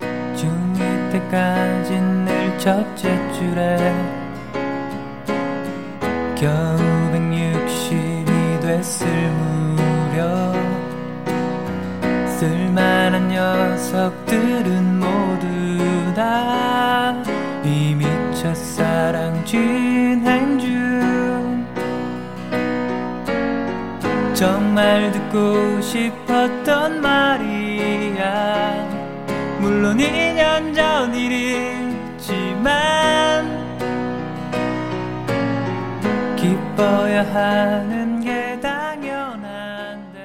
Speaker 3: 중2 때까지 늘 첫째 줄에 겨우 160이 됐을 무렵 쓸만한 녀석들은 모두 다 이미 첫사랑 진행 중 정말 듣고 싶었던 말이야 물론 2년 전 일이지만 기뻐야 하는 게 당연한데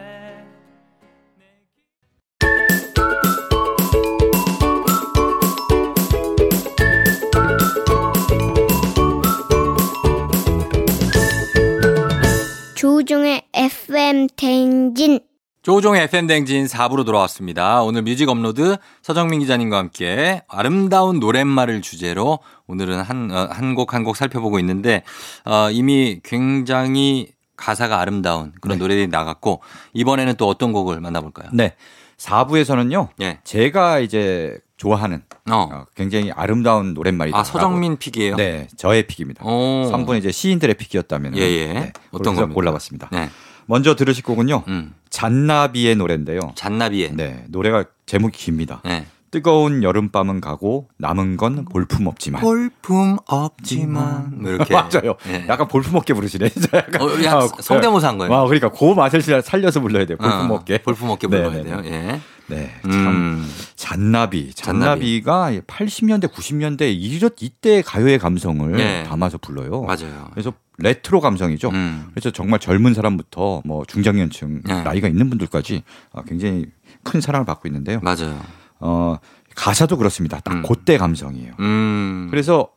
Speaker 2: 조우종의 FM 대행진.
Speaker 1: 조종의 FM 댕진 4부로 돌아왔습니다. 오늘 뮤직 업로드 서정민 기자님과 함께 아름다운 노랫말을 주제로 오늘은 한, 한 곡 한 곡 살펴보고 있는데, 어, 이미 굉장히 가사가 아름다운 그런 노래들이 나갔고, 이번에는 또 어떤 곡을 만나볼까요?
Speaker 8: 네. 4부에서는요.
Speaker 1: 예.
Speaker 8: 제가 이제 좋아하는
Speaker 1: 어.
Speaker 8: 어, 굉장히 아름다운 노랫말이다.
Speaker 1: 아, 서정민 픽이에요?
Speaker 8: 네, 저의 픽입니다.
Speaker 1: 오.
Speaker 8: 3분 이제 시인들의 픽이었다면
Speaker 1: 예, 예. 어떤
Speaker 8: 어떤 걸
Speaker 1: 겁니까?
Speaker 8: 골라봤습니다.
Speaker 1: 네.
Speaker 8: 먼저 들으실 곡은요.
Speaker 1: 음.
Speaker 8: 잔나비의 노래인데요.
Speaker 1: 잔나비에. 예. 네.
Speaker 8: 네, 노래가 제목이 깁니다. 뜨거운 여름밤은 가고 남은 건 볼품없지만. (laughs)
Speaker 1: 볼품 없지만. (laughs) 뭐 이렇게.
Speaker 8: 맞아요.
Speaker 1: 네.
Speaker 8: 약간 볼품없게 부르시네. (laughs) 진짜 약간.
Speaker 1: 어, 우리 한
Speaker 8: 아,
Speaker 1: 성대모사 한 거예요.
Speaker 8: 와, 그러니까 그 맛을 살려서 불러야 돼요. 볼품없게.
Speaker 1: 어, 볼품없게 불러야
Speaker 8: 네네네.
Speaker 1: 돼요. 예.
Speaker 8: 네, 참
Speaker 1: 음.
Speaker 8: 잔나비,
Speaker 1: 잔나비.
Speaker 8: 잔나비가 80년대, 90년대 이런 이때 가요의 감성을
Speaker 1: 네.
Speaker 8: 담아서 불러요.
Speaker 1: 맞아요.
Speaker 8: 그래서 레트로 감성이죠.
Speaker 1: 음.
Speaker 8: 어. 그래서 정말 젊은 사람부터 뭐 중장년층
Speaker 1: 네.
Speaker 8: 나이가 있는 분들까지 아, 굉장히 큰 사랑을 받고 있는데요.
Speaker 1: 맞아요.
Speaker 8: 어, 가사도 그렇습니다. 딱
Speaker 1: 음.
Speaker 8: 그때 감성이에요.
Speaker 1: 음. 네.
Speaker 8: 그래서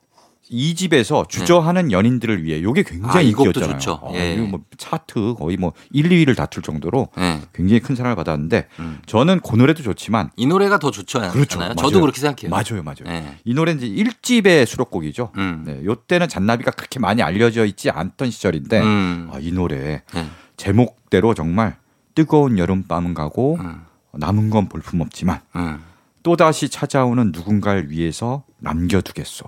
Speaker 8: 이 집에서 주저하는 연인들을 위해 요게 굉장히
Speaker 1: 아, 이것도
Speaker 8: 인기였잖아요.
Speaker 1: 좋죠.
Speaker 8: 어,
Speaker 1: 예.
Speaker 8: 이거 뭐 차트 거의 뭐 1, 2위를 다툴 정도로
Speaker 1: 예.
Speaker 8: 굉장히 큰 사랑을 받았는데
Speaker 1: 음.
Speaker 8: 저는 그 노래도 좋지만
Speaker 1: 이 노래가 더 좋지 않나요?
Speaker 8: 그렇죠.
Speaker 1: 저도
Speaker 8: 맞아요.
Speaker 1: 그렇게 생각해요.
Speaker 8: 맞아요, 맞아요.
Speaker 1: 예.
Speaker 8: 이 노래는 이제 1집의 수록곡이죠.
Speaker 1: 음.
Speaker 8: 네, 요때는 잔나비가 그렇게 많이 알려져 있지 않던 시절인데
Speaker 1: 음.
Speaker 8: 아, 이 노래
Speaker 1: 예.
Speaker 8: 제목대로 정말 뜨거운 여름밤은 가고
Speaker 1: 음.
Speaker 8: 남은 건 볼품없지만
Speaker 1: 음.
Speaker 8: 또다시 찾아오는 누군가를 위해서 남겨두겠소.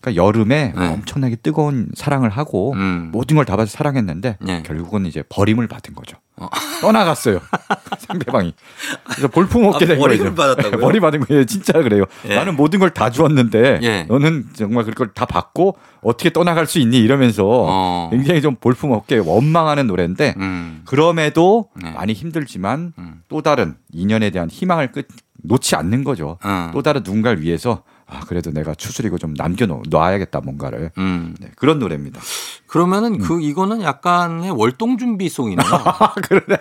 Speaker 8: 그러니까 여름에
Speaker 1: 네.
Speaker 8: 엄청나게 뜨거운 사랑을 하고
Speaker 1: 음.
Speaker 8: 모든 걸 다 받아서 사랑했는데
Speaker 1: 네.
Speaker 8: 결국은 이제 버림을 받은 거죠.
Speaker 1: 어.
Speaker 8: (laughs) 떠나갔어요. 상대방이. 그래서 볼품 없게
Speaker 1: 아,
Speaker 8: 된
Speaker 1: 버림을
Speaker 8: 거죠.
Speaker 1: 받았다고요?
Speaker 8: 버림 받은 거예요. 진짜 그래요.
Speaker 1: 예.
Speaker 8: 나는 모든 걸 다 주었는데
Speaker 1: 예.
Speaker 8: 너는 정말 그걸 다 받고 어떻게 떠나갈 수 있니 이러면서
Speaker 1: 어.
Speaker 8: 굉장히 좀 볼품 없게 원망하는 노래인데
Speaker 1: 음.
Speaker 8: 그럼에도
Speaker 1: 네.
Speaker 8: 많이 힘들지만
Speaker 1: 음.
Speaker 8: 또 다른 인연에 대한 희망을 끝 놓지 않는 거죠.
Speaker 1: 음.
Speaker 8: 또 다른 누군가를 위해서 아 그래도 내가 추스리고 좀 남겨놓아야겠다 뭔가를
Speaker 1: 음.
Speaker 8: 네, 그런
Speaker 1: (laughs)
Speaker 8: 노래입니다.
Speaker 1: 그러면은
Speaker 8: 음.
Speaker 1: 그 이거는 약간의 월동 준비송이네요. 아, 그러네.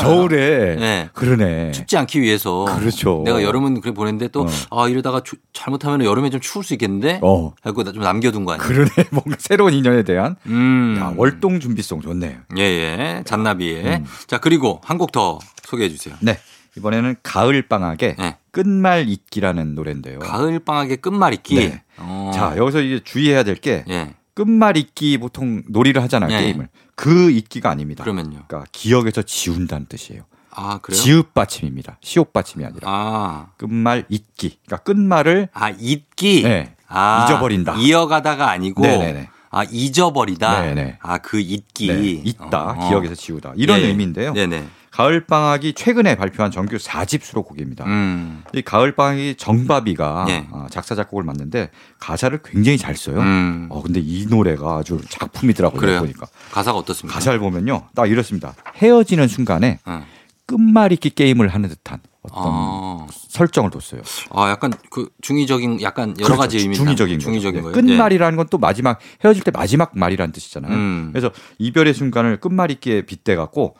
Speaker 8: 겨울에
Speaker 1: 네.
Speaker 8: (laughs) 그러네.
Speaker 1: 춥지 않기 위해서.
Speaker 8: 그렇죠.
Speaker 1: 내가 여름은 그래 보냈는데 또,
Speaker 8: 어.
Speaker 1: 아, 이러다가 주- 잘못하면 여름에 좀 추울 수 있겠는데?
Speaker 8: 어
Speaker 1: 하고 나 좀 남겨둔 거 아니에요?
Speaker 8: 그러네 (laughs) 뭔가 새로운 인연에 대한
Speaker 1: 음.
Speaker 8: 그 야, 월동 준비송 좋네요.
Speaker 1: 예, 예. 잔나비의.
Speaker 8: 음.
Speaker 1: 자, 그리고 한 곡 더 소개해 주세요.
Speaker 8: 네 이번에는 가을 방학에
Speaker 1: 네.
Speaker 8: 끝말 잇기라는 노래인데요.
Speaker 1: 가을 방학의 끝말잇기.
Speaker 8: 네.
Speaker 1: 어.
Speaker 8: 자 여기서 이제 주의해야 될 게
Speaker 1: 예.
Speaker 8: 끝말 잇기 보통 놀이를 하잖아요
Speaker 1: 예.
Speaker 8: 게임을 그 잇기가 아닙니다.
Speaker 1: 그러면요.
Speaker 8: 그러니까 기억에서 지운다는 뜻이에요.
Speaker 1: 아, 그래요?
Speaker 8: 지읒 받침입니다. 시옷 받침이 아니라
Speaker 1: 아.
Speaker 8: 끝말 잇기. 그러니까 끝말을
Speaker 1: 아, 잊기.
Speaker 8: 네.
Speaker 1: 아,
Speaker 8: 잊어버린다.
Speaker 1: 이어가다가 아니고.
Speaker 8: 네네네.
Speaker 1: 아, 잊어버리다.
Speaker 8: 네네.
Speaker 1: 아, 그 잊기.
Speaker 8: 네, 있다
Speaker 1: 어.
Speaker 8: 기억에서 지우다 이런
Speaker 1: 예, 예.
Speaker 8: 의미인데요.
Speaker 1: 네네.
Speaker 8: 가을 방학이 최근에 발표한 정규 4집 수록곡입니다.
Speaker 1: 음.
Speaker 8: 이 가을 방학이 정바비가
Speaker 1: 예.
Speaker 8: 아, 작사 작곡을 맡는데 가사를 굉장히 잘 써요.
Speaker 1: 음.
Speaker 8: 어 근데 이 노래가 아주 작품이더라고요.
Speaker 1: 그래요?
Speaker 8: 보니까
Speaker 1: 가사가 어떻습니까?
Speaker 8: 가사를 보면요, 딱 이렇습니다. 헤어지는 순간에
Speaker 1: 응.
Speaker 8: 끝말잇기 게임을 하는 듯한 어떤
Speaker 1: 네. 아,
Speaker 8: 설정을 뒀어요.
Speaker 1: 아, 약간 그 중의적인 약간 여러
Speaker 8: 그렇죠.
Speaker 1: 가지 의미
Speaker 8: 중의적인
Speaker 1: 중의적인
Speaker 8: 거죠.
Speaker 1: 거예요.
Speaker 8: 네. 끝말이라는 건 또 마지막 헤어질 때 마지막 말이라는 뜻이잖아요.
Speaker 1: 음.
Speaker 8: 그래서 이별의 순간을 끝말잇기에 빗대 갖고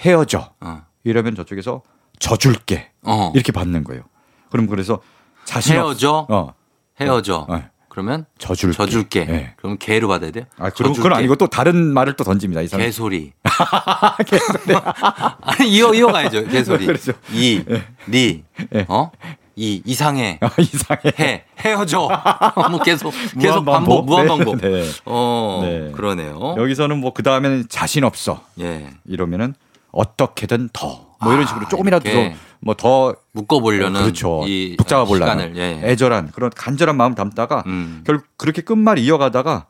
Speaker 8: 헤어져
Speaker 1: 예. 어.
Speaker 8: 이러면 저쪽에서 져줄게
Speaker 1: 어.
Speaker 8: 이렇게 받는 거예요. 그럼 그래서 자신
Speaker 1: 헤어져?
Speaker 8: 없... 어
Speaker 1: 헤어져.
Speaker 8: 네.
Speaker 1: 그러면
Speaker 8: 져줄게.
Speaker 1: 져줄게.
Speaker 8: 예.
Speaker 1: 그럼 개로 받아야 돼요?
Speaker 8: 아 그럼
Speaker 1: 져줄게.
Speaker 8: 그건 아니고 또 다른 말을 또 던집니다. 이
Speaker 1: (laughs)
Speaker 8: 사람.
Speaker 1: 개소리. 아니, 이어 이어 가야죠. 개소리.
Speaker 8: 그렇죠.
Speaker 1: 이, 리,
Speaker 8: 예.
Speaker 1: 어, 이 이상해.
Speaker 8: (laughs) 아, 이상해.
Speaker 1: 해 헤어져.
Speaker 8: (laughs)
Speaker 1: 뭐 계속 계속
Speaker 8: 무한
Speaker 1: 반복
Speaker 8: 반복.
Speaker 1: 무한
Speaker 8: 네,
Speaker 1: 반복.
Speaker 8: 네.
Speaker 1: 어
Speaker 8: 네.
Speaker 1: 그러네요.
Speaker 8: 여기서는 뭐 그 다음에는 자신 없어
Speaker 1: 예
Speaker 8: 이러면은 어떻게든 더 뭐 이런 식으로 조금이라도
Speaker 1: 아, 이렇게.
Speaker 8: 뭐더
Speaker 1: 묶어보려는
Speaker 8: 그렇죠.
Speaker 1: 이
Speaker 8: 붙잡아 보려는
Speaker 1: 시간을 예.
Speaker 8: 애절한 그런 간절한 마음 담다가
Speaker 1: 음.
Speaker 8: 결국 그렇게 끝말 이어가다가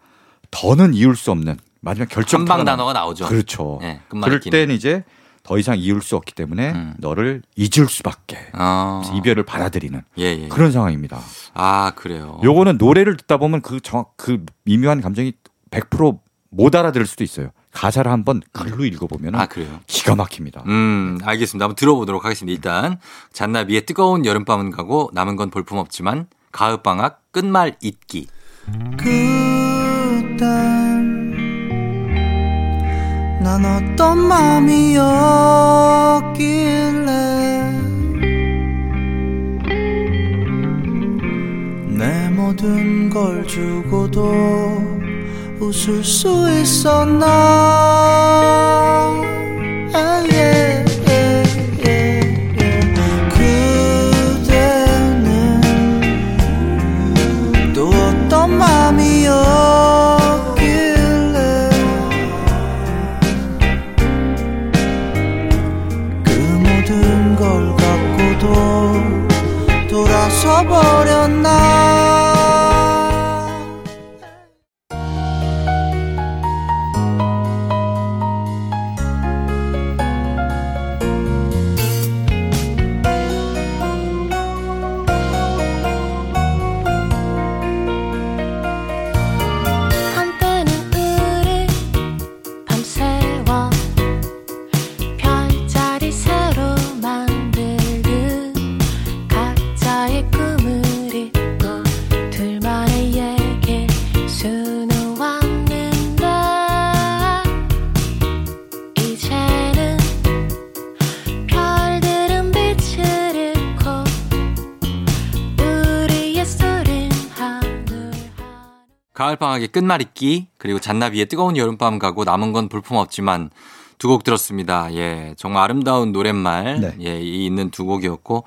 Speaker 8: 더는 이을 수 없는 마지막 결정
Speaker 1: 한방 단어가 나오죠.
Speaker 8: 그렇죠.
Speaker 1: 예,
Speaker 8: 그럴
Speaker 1: 끝말잇기는.
Speaker 8: 때는 이제 더 이상 이을 수 없기 때문에
Speaker 1: 음.
Speaker 8: 너를 잊을 수밖에
Speaker 1: 아,
Speaker 8: 그래서 이별을 받아들이는
Speaker 1: 예, 예.
Speaker 8: 그런 상황입니다.
Speaker 1: 아 그래요.
Speaker 8: 어. 요거는 노래를 듣다 보면 그 정확 그 미묘한 감정이 100%못 알아들을 수도 있어요. 가사를 한번 글로 읽어보면
Speaker 1: 아
Speaker 8: 은
Speaker 1: 그래요.
Speaker 8: 기가 막힙니다.
Speaker 1: 음 알겠습니다. 한번 들어보도록 하겠습니다. 일단 잔나비의 뜨거운 여름밤은 가고 남은 건 볼품없지만 가을 방학 끝말 잊기.
Speaker 3: 그 그땐 난 어떤 맘이었길래 내 모든 걸 주고도 웃을 수 있었나 아, 예, 예, 예, 예. 그대는 또 어떤 맘이었길래 그 모든 걸 갖고도 돌아서 버렸나
Speaker 7: 한때는 우리 밤새워 별자리 새로 만들듯 각자의 꿈을 잊고
Speaker 1: 가을방학의 끝말잇기, 그리고 잔나비의 뜨거운 여름밤 가고 남은 건 볼품없지만 두 곡 들었습니다. 예. 정말 아름다운 노랫말.
Speaker 8: 네.
Speaker 1: 예. 이 있는 두 곡이었고,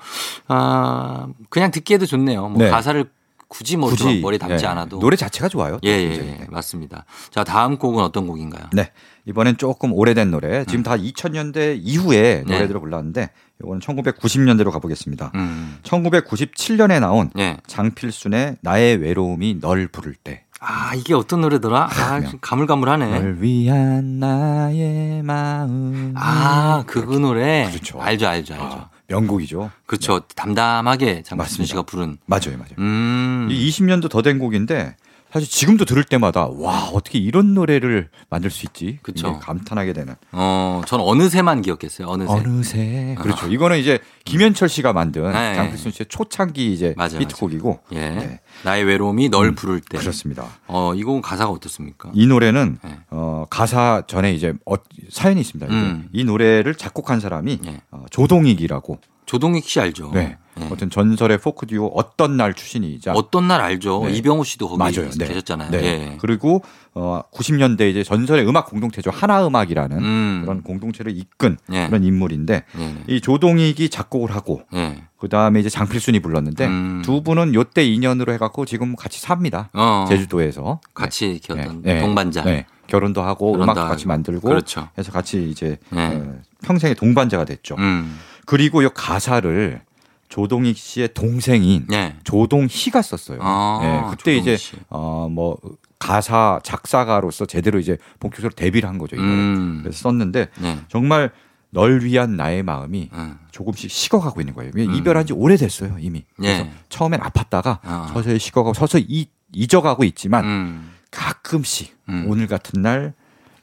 Speaker 1: 아, 그냥 듣기에도 좋네요. 뭐
Speaker 8: 네.
Speaker 1: 가사를 굳이 뭐
Speaker 8: 굳이
Speaker 1: 머리 담지
Speaker 8: 예.
Speaker 1: 않아도.
Speaker 8: 노래 자체가 좋아요.
Speaker 1: 예, 예,
Speaker 8: 굉장히.
Speaker 1: 예. 맞습니다. 자, 다음 곡은 어떤 곡인가요?
Speaker 8: 네. 이번엔 조금 오래된 노래. 지금 다 2000년대 이후에
Speaker 1: 음. 네.
Speaker 8: 노래들을 골랐는데 요거는 1990년대로 가보겠습니다.
Speaker 1: 음.
Speaker 8: 1997년에 나온
Speaker 1: 예.
Speaker 8: 장필순의 나의 외로움이 널 부를 때.
Speaker 1: 아, 이게 어떤 노래더라? 아, 좀 가물가물하네.
Speaker 8: 널 위한 나의 마음.
Speaker 1: 아, 그, 그 노래.
Speaker 8: 그렇죠.
Speaker 1: 알죠, 알죠, 알죠.
Speaker 8: 아, 명곡이죠.
Speaker 1: 그렇죠. 담담하게 장민순
Speaker 8: 맞습니다.
Speaker 1: 씨가 부른.
Speaker 8: 맞아요, 맞아요.
Speaker 1: 음.
Speaker 8: 이 20년도 더 된 곡인데 사실 지금도 들을 때마다 와 어떻게 이런 노래를 만들 수 있지?
Speaker 1: 그쵸.
Speaker 8: 굉장히 감탄하게 되는.
Speaker 1: 어, 전 어느새만 기억했어요. 어느새. 아.
Speaker 8: 어느새 그렇죠. 이거는 이제 김현철 씨가 만든
Speaker 1: 네.
Speaker 8: 장필순 씨의 초창기 이제
Speaker 1: 맞아요,
Speaker 8: 히트곡이고
Speaker 1: 예.
Speaker 8: 네. 음,
Speaker 1: 나의 외로움이 널 부를 때.
Speaker 8: 그렇습니다.
Speaker 1: 어, 이 곡은 가사가 어떻습니까?
Speaker 8: 이 노래는
Speaker 1: 네.
Speaker 8: 어, 가사 전에 이제 어, 사연이 있습니다. 이게.
Speaker 1: 음.
Speaker 8: 이 노래를 작곡한 사람이
Speaker 1: 네.
Speaker 8: 어, 조동익이라고
Speaker 1: 조동익 씨 알죠?
Speaker 8: 네.
Speaker 1: 예.
Speaker 8: 어떤 전설의 포크 듀오 어떤 날 출신이자
Speaker 1: 어떤 날 알죠?
Speaker 8: 네.
Speaker 1: 이병호 씨도 거기
Speaker 8: 맞아요. 네.
Speaker 1: 계셨잖아요.
Speaker 8: 네.
Speaker 1: 예.
Speaker 8: 그리고 어 90년대 이제 전설의 음악 공동체죠 하나음악이라는
Speaker 1: 음.
Speaker 8: 그런 공동체를 이끈
Speaker 1: 예.
Speaker 8: 그런 인물인데
Speaker 1: 예.
Speaker 8: 이 조동익이 작곡을 하고
Speaker 1: 예.
Speaker 8: 그 다음에 이제 장필순이 불렀는데
Speaker 1: 음.
Speaker 8: 네. 두 분은 요때 인연으로 해갖고 지금 같이 삽니다.
Speaker 1: 어.
Speaker 8: 제주도에서
Speaker 1: 같이 키웠던
Speaker 8: 네. 네.
Speaker 1: 동반자.
Speaker 8: 네. 결혼도 하고
Speaker 1: 결혼도
Speaker 8: 음악도 같이
Speaker 1: 하고.
Speaker 8: 만들고
Speaker 1: 그렇죠.
Speaker 8: 해서 같이 이제
Speaker 1: 네.
Speaker 8: 어, 평생의 동반자가 됐죠.
Speaker 1: 음.
Speaker 8: 그리고 이 가사를 조동익 씨의 동생인
Speaker 1: 예.
Speaker 8: 조동희가 썼어요.
Speaker 1: 아,
Speaker 8: 예, 그때
Speaker 1: 조동희
Speaker 8: 이제
Speaker 1: 씨.
Speaker 8: 어 뭐 가사 작사가로서 제대로 이제 본격적으로 데뷔를 한 거죠. 이걸.
Speaker 1: 음.
Speaker 8: 그래서 썼는데
Speaker 1: 예.
Speaker 8: 정말 널 위한 나의 마음이
Speaker 1: 예.
Speaker 8: 조금씩 식어가고 있는 거예요. 이게 이별한 지 오래됐어요 이미. 그래서
Speaker 1: 음. 예.
Speaker 8: 처음엔 아팠다가
Speaker 1: 아.
Speaker 8: 서서히 식어가고 서서히 이- 잊어가고 있지만
Speaker 1: 음.
Speaker 8: 가끔씩
Speaker 1: 음.
Speaker 8: 오늘 같은 날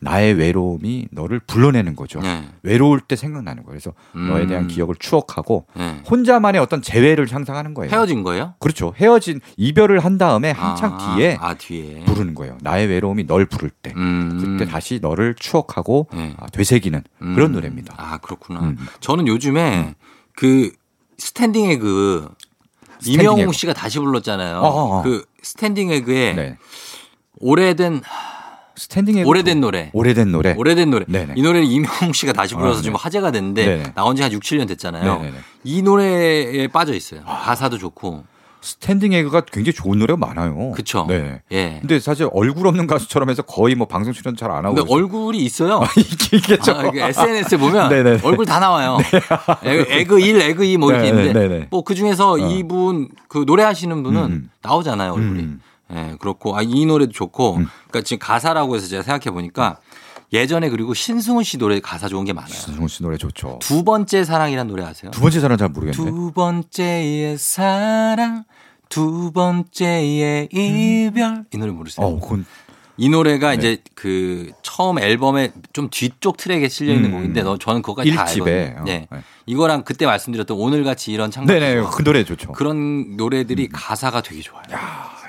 Speaker 8: 나의 외로움이 너를 불러내는 거죠.
Speaker 1: 예.
Speaker 8: 외로울 때 생각나는 거예요. 그래서
Speaker 1: 음.
Speaker 8: 너에 대한 기억을 추억하고
Speaker 1: 예.
Speaker 8: 혼자만의 어떤 재회를 향상하는 거예요.
Speaker 1: 헤어진 거예요?
Speaker 8: 그렇죠. 헤어진 이별을 한 다음에 네. 한창
Speaker 1: 아,
Speaker 8: 뒤에
Speaker 1: 아, 뒤에.
Speaker 8: 부르는 거예요. 나의 외로움이 널 부를 때.
Speaker 1: 음.
Speaker 8: 그때 다시 너를 추억하고
Speaker 1: 네.
Speaker 8: 아, 되새기는
Speaker 1: 음.
Speaker 8: 그런 노래입니다.
Speaker 1: 아 그렇구나.
Speaker 8: 음.
Speaker 1: 저는 요즘에 그 스탠딩 에그
Speaker 8: 스탠딩
Speaker 1: 이명웅
Speaker 8: 에그.
Speaker 1: 씨가 다시 불렀잖아요.
Speaker 8: 어, 어, 어.
Speaker 1: 그 스탠딩 에그의
Speaker 8: 네.
Speaker 1: 오래된
Speaker 8: 스탠딩 에그
Speaker 1: 오래된 노래.
Speaker 8: 오래된 노래.
Speaker 1: 오래된 노래.
Speaker 8: 네네.
Speaker 1: 이 노래를 이명웅 씨가 다시 불러서
Speaker 8: 아,
Speaker 1: 좀
Speaker 8: 네.
Speaker 1: 화제가 됐는데
Speaker 8: 네네.
Speaker 1: 나온 지 한 6, 7년 됐잖아요.
Speaker 8: 네네네.
Speaker 1: 이 노래에 빠져 있어요. 가사도 좋고.
Speaker 8: 스탠딩 에그가 굉장히 좋은 노래가 많아요.
Speaker 1: 그쵸?
Speaker 8: 네.
Speaker 1: 예.
Speaker 8: 근데 사실 얼굴 없는 가수처럼 해서 거의 뭐 방송 출연 잘 안 하고.
Speaker 1: 근데
Speaker 8: 있어요.
Speaker 1: 얼굴이 있어요.
Speaker 8: (laughs) 이게 (laughs) 이게죠.
Speaker 1: 아, SNS에 보면
Speaker 8: (laughs) 네네네.
Speaker 1: 얼굴 다 나와요. 에그, 에그 1, 에그 2 뭐 이렇게
Speaker 8: 네네네.
Speaker 1: 있는데 뭐 그 중에서
Speaker 8: 어.
Speaker 1: 이분 그 노래하시는 분은
Speaker 8: 음.
Speaker 1: 나오잖아요 얼굴이.
Speaker 8: 음.
Speaker 1: 예, 그렇고 아, 이 노래도 좋고
Speaker 8: 음.
Speaker 1: 그러니까 지금 가사라고 해서 제가 생각해 보니까 예전에 그리고 신승훈 씨 노래 가사 좋은 게 많아요.
Speaker 8: 신승훈 씨 노래 좋죠. 두,
Speaker 1: 두 번째 사랑이란 노래 아세요?
Speaker 8: 번째 사람 잘 모르겠는데.
Speaker 1: 두 번째의 사랑, 두 번째의 이별 이 노래 모르세요?
Speaker 8: 어, 그건
Speaker 1: 이
Speaker 8: 네.
Speaker 1: 노래가 이제 그 처음 앨범의 좀 뒤쪽 트랙에 실려 있는
Speaker 8: 음.
Speaker 1: 곡인데 너 저는 그거까지 다
Speaker 8: 일집에. 어,
Speaker 1: 알거든요. 네. 이거랑 그때 말씀드렸던 오늘같이 이런 창문
Speaker 8: 네, 네. 음. 그 노래 좋죠.
Speaker 1: 그런 노래들이 가사가 되게 좋아요.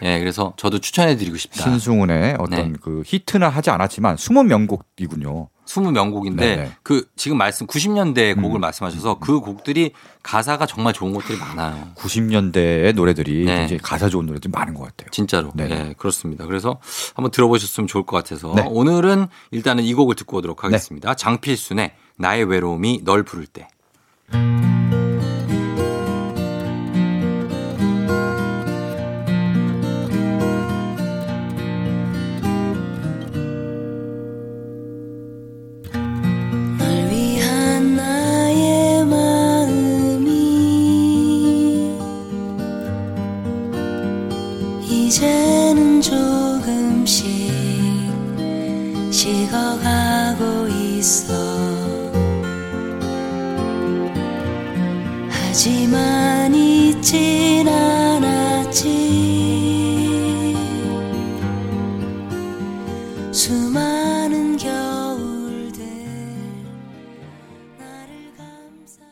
Speaker 1: 예, 그래서 저도 추천해 드리고 싶다.
Speaker 8: 신승훈의 어떤
Speaker 1: 네.
Speaker 8: 그 히트나 하지 않았지만 숨은 명곡이군요.
Speaker 1: 스무 명곡인데
Speaker 8: 네네. 음.
Speaker 1: 그 지금 말씀 90년대 곡을 말씀하셔서 그 곡들이 가사가 정말 좋은 것들이 많아요.
Speaker 8: 90년대의 노래들이
Speaker 1: 네.
Speaker 8: 굉장히 가사 좋은 노래들이 많은 것 같아요.
Speaker 1: 진짜로.
Speaker 8: 네네.
Speaker 1: 예, 그렇습니다. 그래서 한번 들어보셨으면 좋을 것 같아서
Speaker 8: 네.
Speaker 1: 오늘은 일단은 이 곡을 듣고 오도록 하겠습니다. 장필순의 나의 외로움이 널 부를 때.
Speaker 9: 널 위한 나의 마음이 이제는 조금씩 식어가고 있어 하지만 잊진 않았지 수많은 겨울들 나를 감싸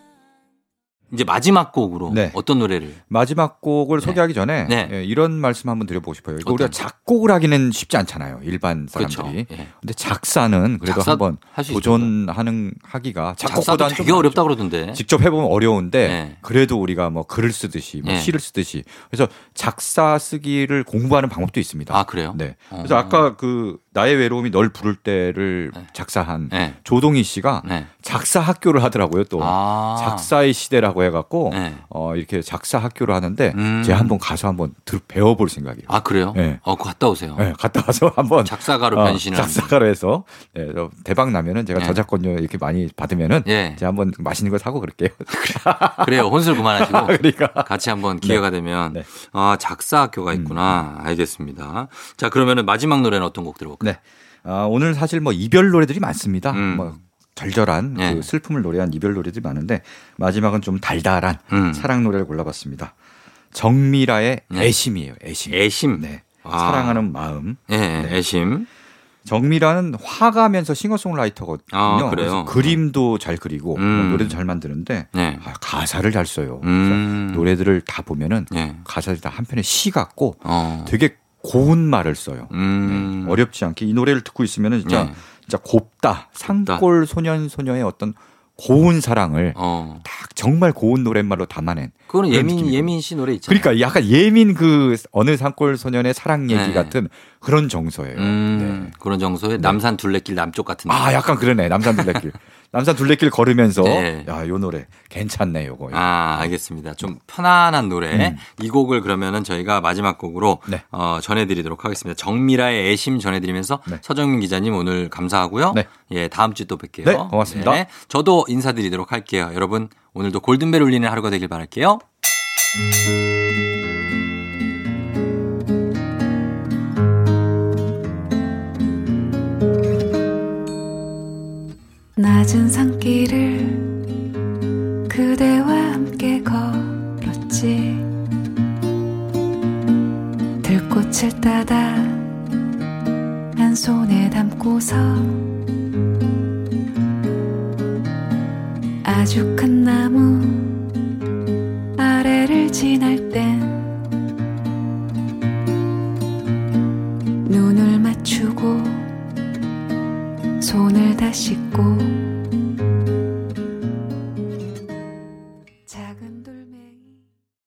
Speaker 1: 이제 마지막 곡으로
Speaker 8: 네.
Speaker 1: 어떤 노래를
Speaker 8: 마지막 곡을 소개하기 전에
Speaker 1: 네.
Speaker 8: 예, 이런 말씀 한번 드려보고 싶어요. 이거
Speaker 1: 어떤
Speaker 8: 우리가
Speaker 1: 거?
Speaker 8: 작곡을 하기는 쉽지 않잖아요. 일반
Speaker 1: 그렇죠.
Speaker 8: 사람들이.
Speaker 1: 예.
Speaker 8: 근데 작사는 그래도
Speaker 1: 작사
Speaker 8: 한번
Speaker 1: 할수 뭐.
Speaker 8: 도전하는 하기가 작곡보다는
Speaker 1: 작사도
Speaker 8: 좀
Speaker 1: 되게 어렵다 그러던데.
Speaker 8: 직접 해보면 어려운데
Speaker 1: 네.
Speaker 8: 그래도 우리가 뭐 글을 쓰듯이 뭐
Speaker 1: 네.
Speaker 8: 시를 쓰듯이 그래서 작사 쓰기를 공부하는 방법도 있습니다.
Speaker 1: 아 그래요?
Speaker 8: 네. 그래서
Speaker 1: 어.
Speaker 8: 아까 그 나의 외로움이 널 부를 때를 작사한
Speaker 1: 네.
Speaker 8: 조동희 씨가
Speaker 1: 네.
Speaker 8: 작사 학교를 하더라고요. 또
Speaker 1: 아.
Speaker 8: 어, 작사의 시대라고 해갖고
Speaker 1: 네. 음.
Speaker 8: 어, 이렇게 작사 학교를 하는데 제가 한번 가서 한번 들, 배워볼 생각이에요.
Speaker 1: 아 그래요?
Speaker 8: 네.
Speaker 1: 어, 그거 갔다 오세요.
Speaker 8: 네, 갔다 와서 (laughs) 한번
Speaker 1: 작사가로
Speaker 8: 어,
Speaker 1: 변신을
Speaker 8: 작사가로 해서 네, 저 대박 나면은 제가
Speaker 1: 네.
Speaker 8: 저작권료 이렇게 많이 받으면은 (laughs)
Speaker 1: 예.
Speaker 8: 제가 한번 맛있는 거 사고 그럴게요. (laughs)
Speaker 1: 그래요. 혼술 그만하시고
Speaker 8: 그러니까.
Speaker 1: 같이 한번 기회가 되면
Speaker 8: 네.
Speaker 1: 아 작사 학교가
Speaker 8: 음.
Speaker 1: 있구나. 알겠습니다. 자 그러면은 마지막 노래는 어떤 곡 들어볼까요?
Speaker 8: 네. 아, 오늘 사실 뭐 이별 노래들이 많습니다.
Speaker 1: 음.
Speaker 8: 뭐 절절한
Speaker 1: 예.
Speaker 8: 그 슬픔을 노래한 이별 노래들이 많은데 마지막은 좀 달달한
Speaker 1: 음.
Speaker 8: 사랑 노래를 골라봤습니다. 정미라의
Speaker 1: 네.
Speaker 8: 애심이에요. 애심.
Speaker 1: 애심.
Speaker 8: 네.
Speaker 1: 아.
Speaker 8: 사랑하는 네. 마음.
Speaker 1: 예, 애심.
Speaker 8: 정미라는 화가면서 싱어송라이터거든요.
Speaker 1: 아, 그래요?
Speaker 8: 그래서 그림도 잘 그리고
Speaker 1: 음.
Speaker 8: 노래도 잘 만드는데
Speaker 1: 네.
Speaker 8: 아, 가사를 잘 써요.
Speaker 1: 음.
Speaker 8: 그래서 노래들을 다 보면은
Speaker 1: 예.
Speaker 8: 가사들이 다 한편의 시 같고
Speaker 1: 어.
Speaker 8: 되게 고운 말을 써요.
Speaker 1: 음.
Speaker 8: 네. 어렵지 않게 이 노래를 듣고 있으면 진짜
Speaker 1: 네.
Speaker 8: 진짜 곱다 산골 소년 소녀의 어떤 고운 사랑을
Speaker 1: 어.
Speaker 8: 딱 정말 고운 노랫말로 담아낸
Speaker 1: 그거는
Speaker 8: 그런
Speaker 1: 예민
Speaker 8: 느낌이거든요.
Speaker 1: 예민 씨 노래 있잖아요.
Speaker 8: 그러니까 약간 예민 그 어느 산골 소년의 사랑 얘기
Speaker 1: 네.
Speaker 8: 같은 그런 정서예요.
Speaker 1: 음,
Speaker 8: 네.
Speaker 1: 그런 정서에 남산 둘레길 남쪽 같은.
Speaker 8: 아 약간 그러네 남산 둘레길 남산 둘레길 걸으면서
Speaker 1: 네.
Speaker 8: 야요 노래 괜찮네 요거
Speaker 1: 아, 알겠습니다. 좀 편안한 노래.
Speaker 8: 음.
Speaker 1: 이 곡을 그러면은 저희가 마지막 곡으로
Speaker 8: 네.
Speaker 1: 어, 전해드리도록 하겠습니다. 정미라의 애심 전해드리면서
Speaker 8: 네.
Speaker 1: 서정민 기자님 오늘 감사하고요.
Speaker 8: 네.
Speaker 1: 예, 다음 주에 또 뵐게요.
Speaker 8: 네, 고맙습니다.
Speaker 1: 저도 인사드리도록 할게요. 여러분, 오늘도 골든벨 울리는 하루가 되길 바랄게요.
Speaker 9: 낮은 산길을 그대와 함께 걸었지 들꽃을 따다 한 손에 담고서 아주 큰 나무 아래를 지날 땐 눈을 맞추고 손을 다 씻고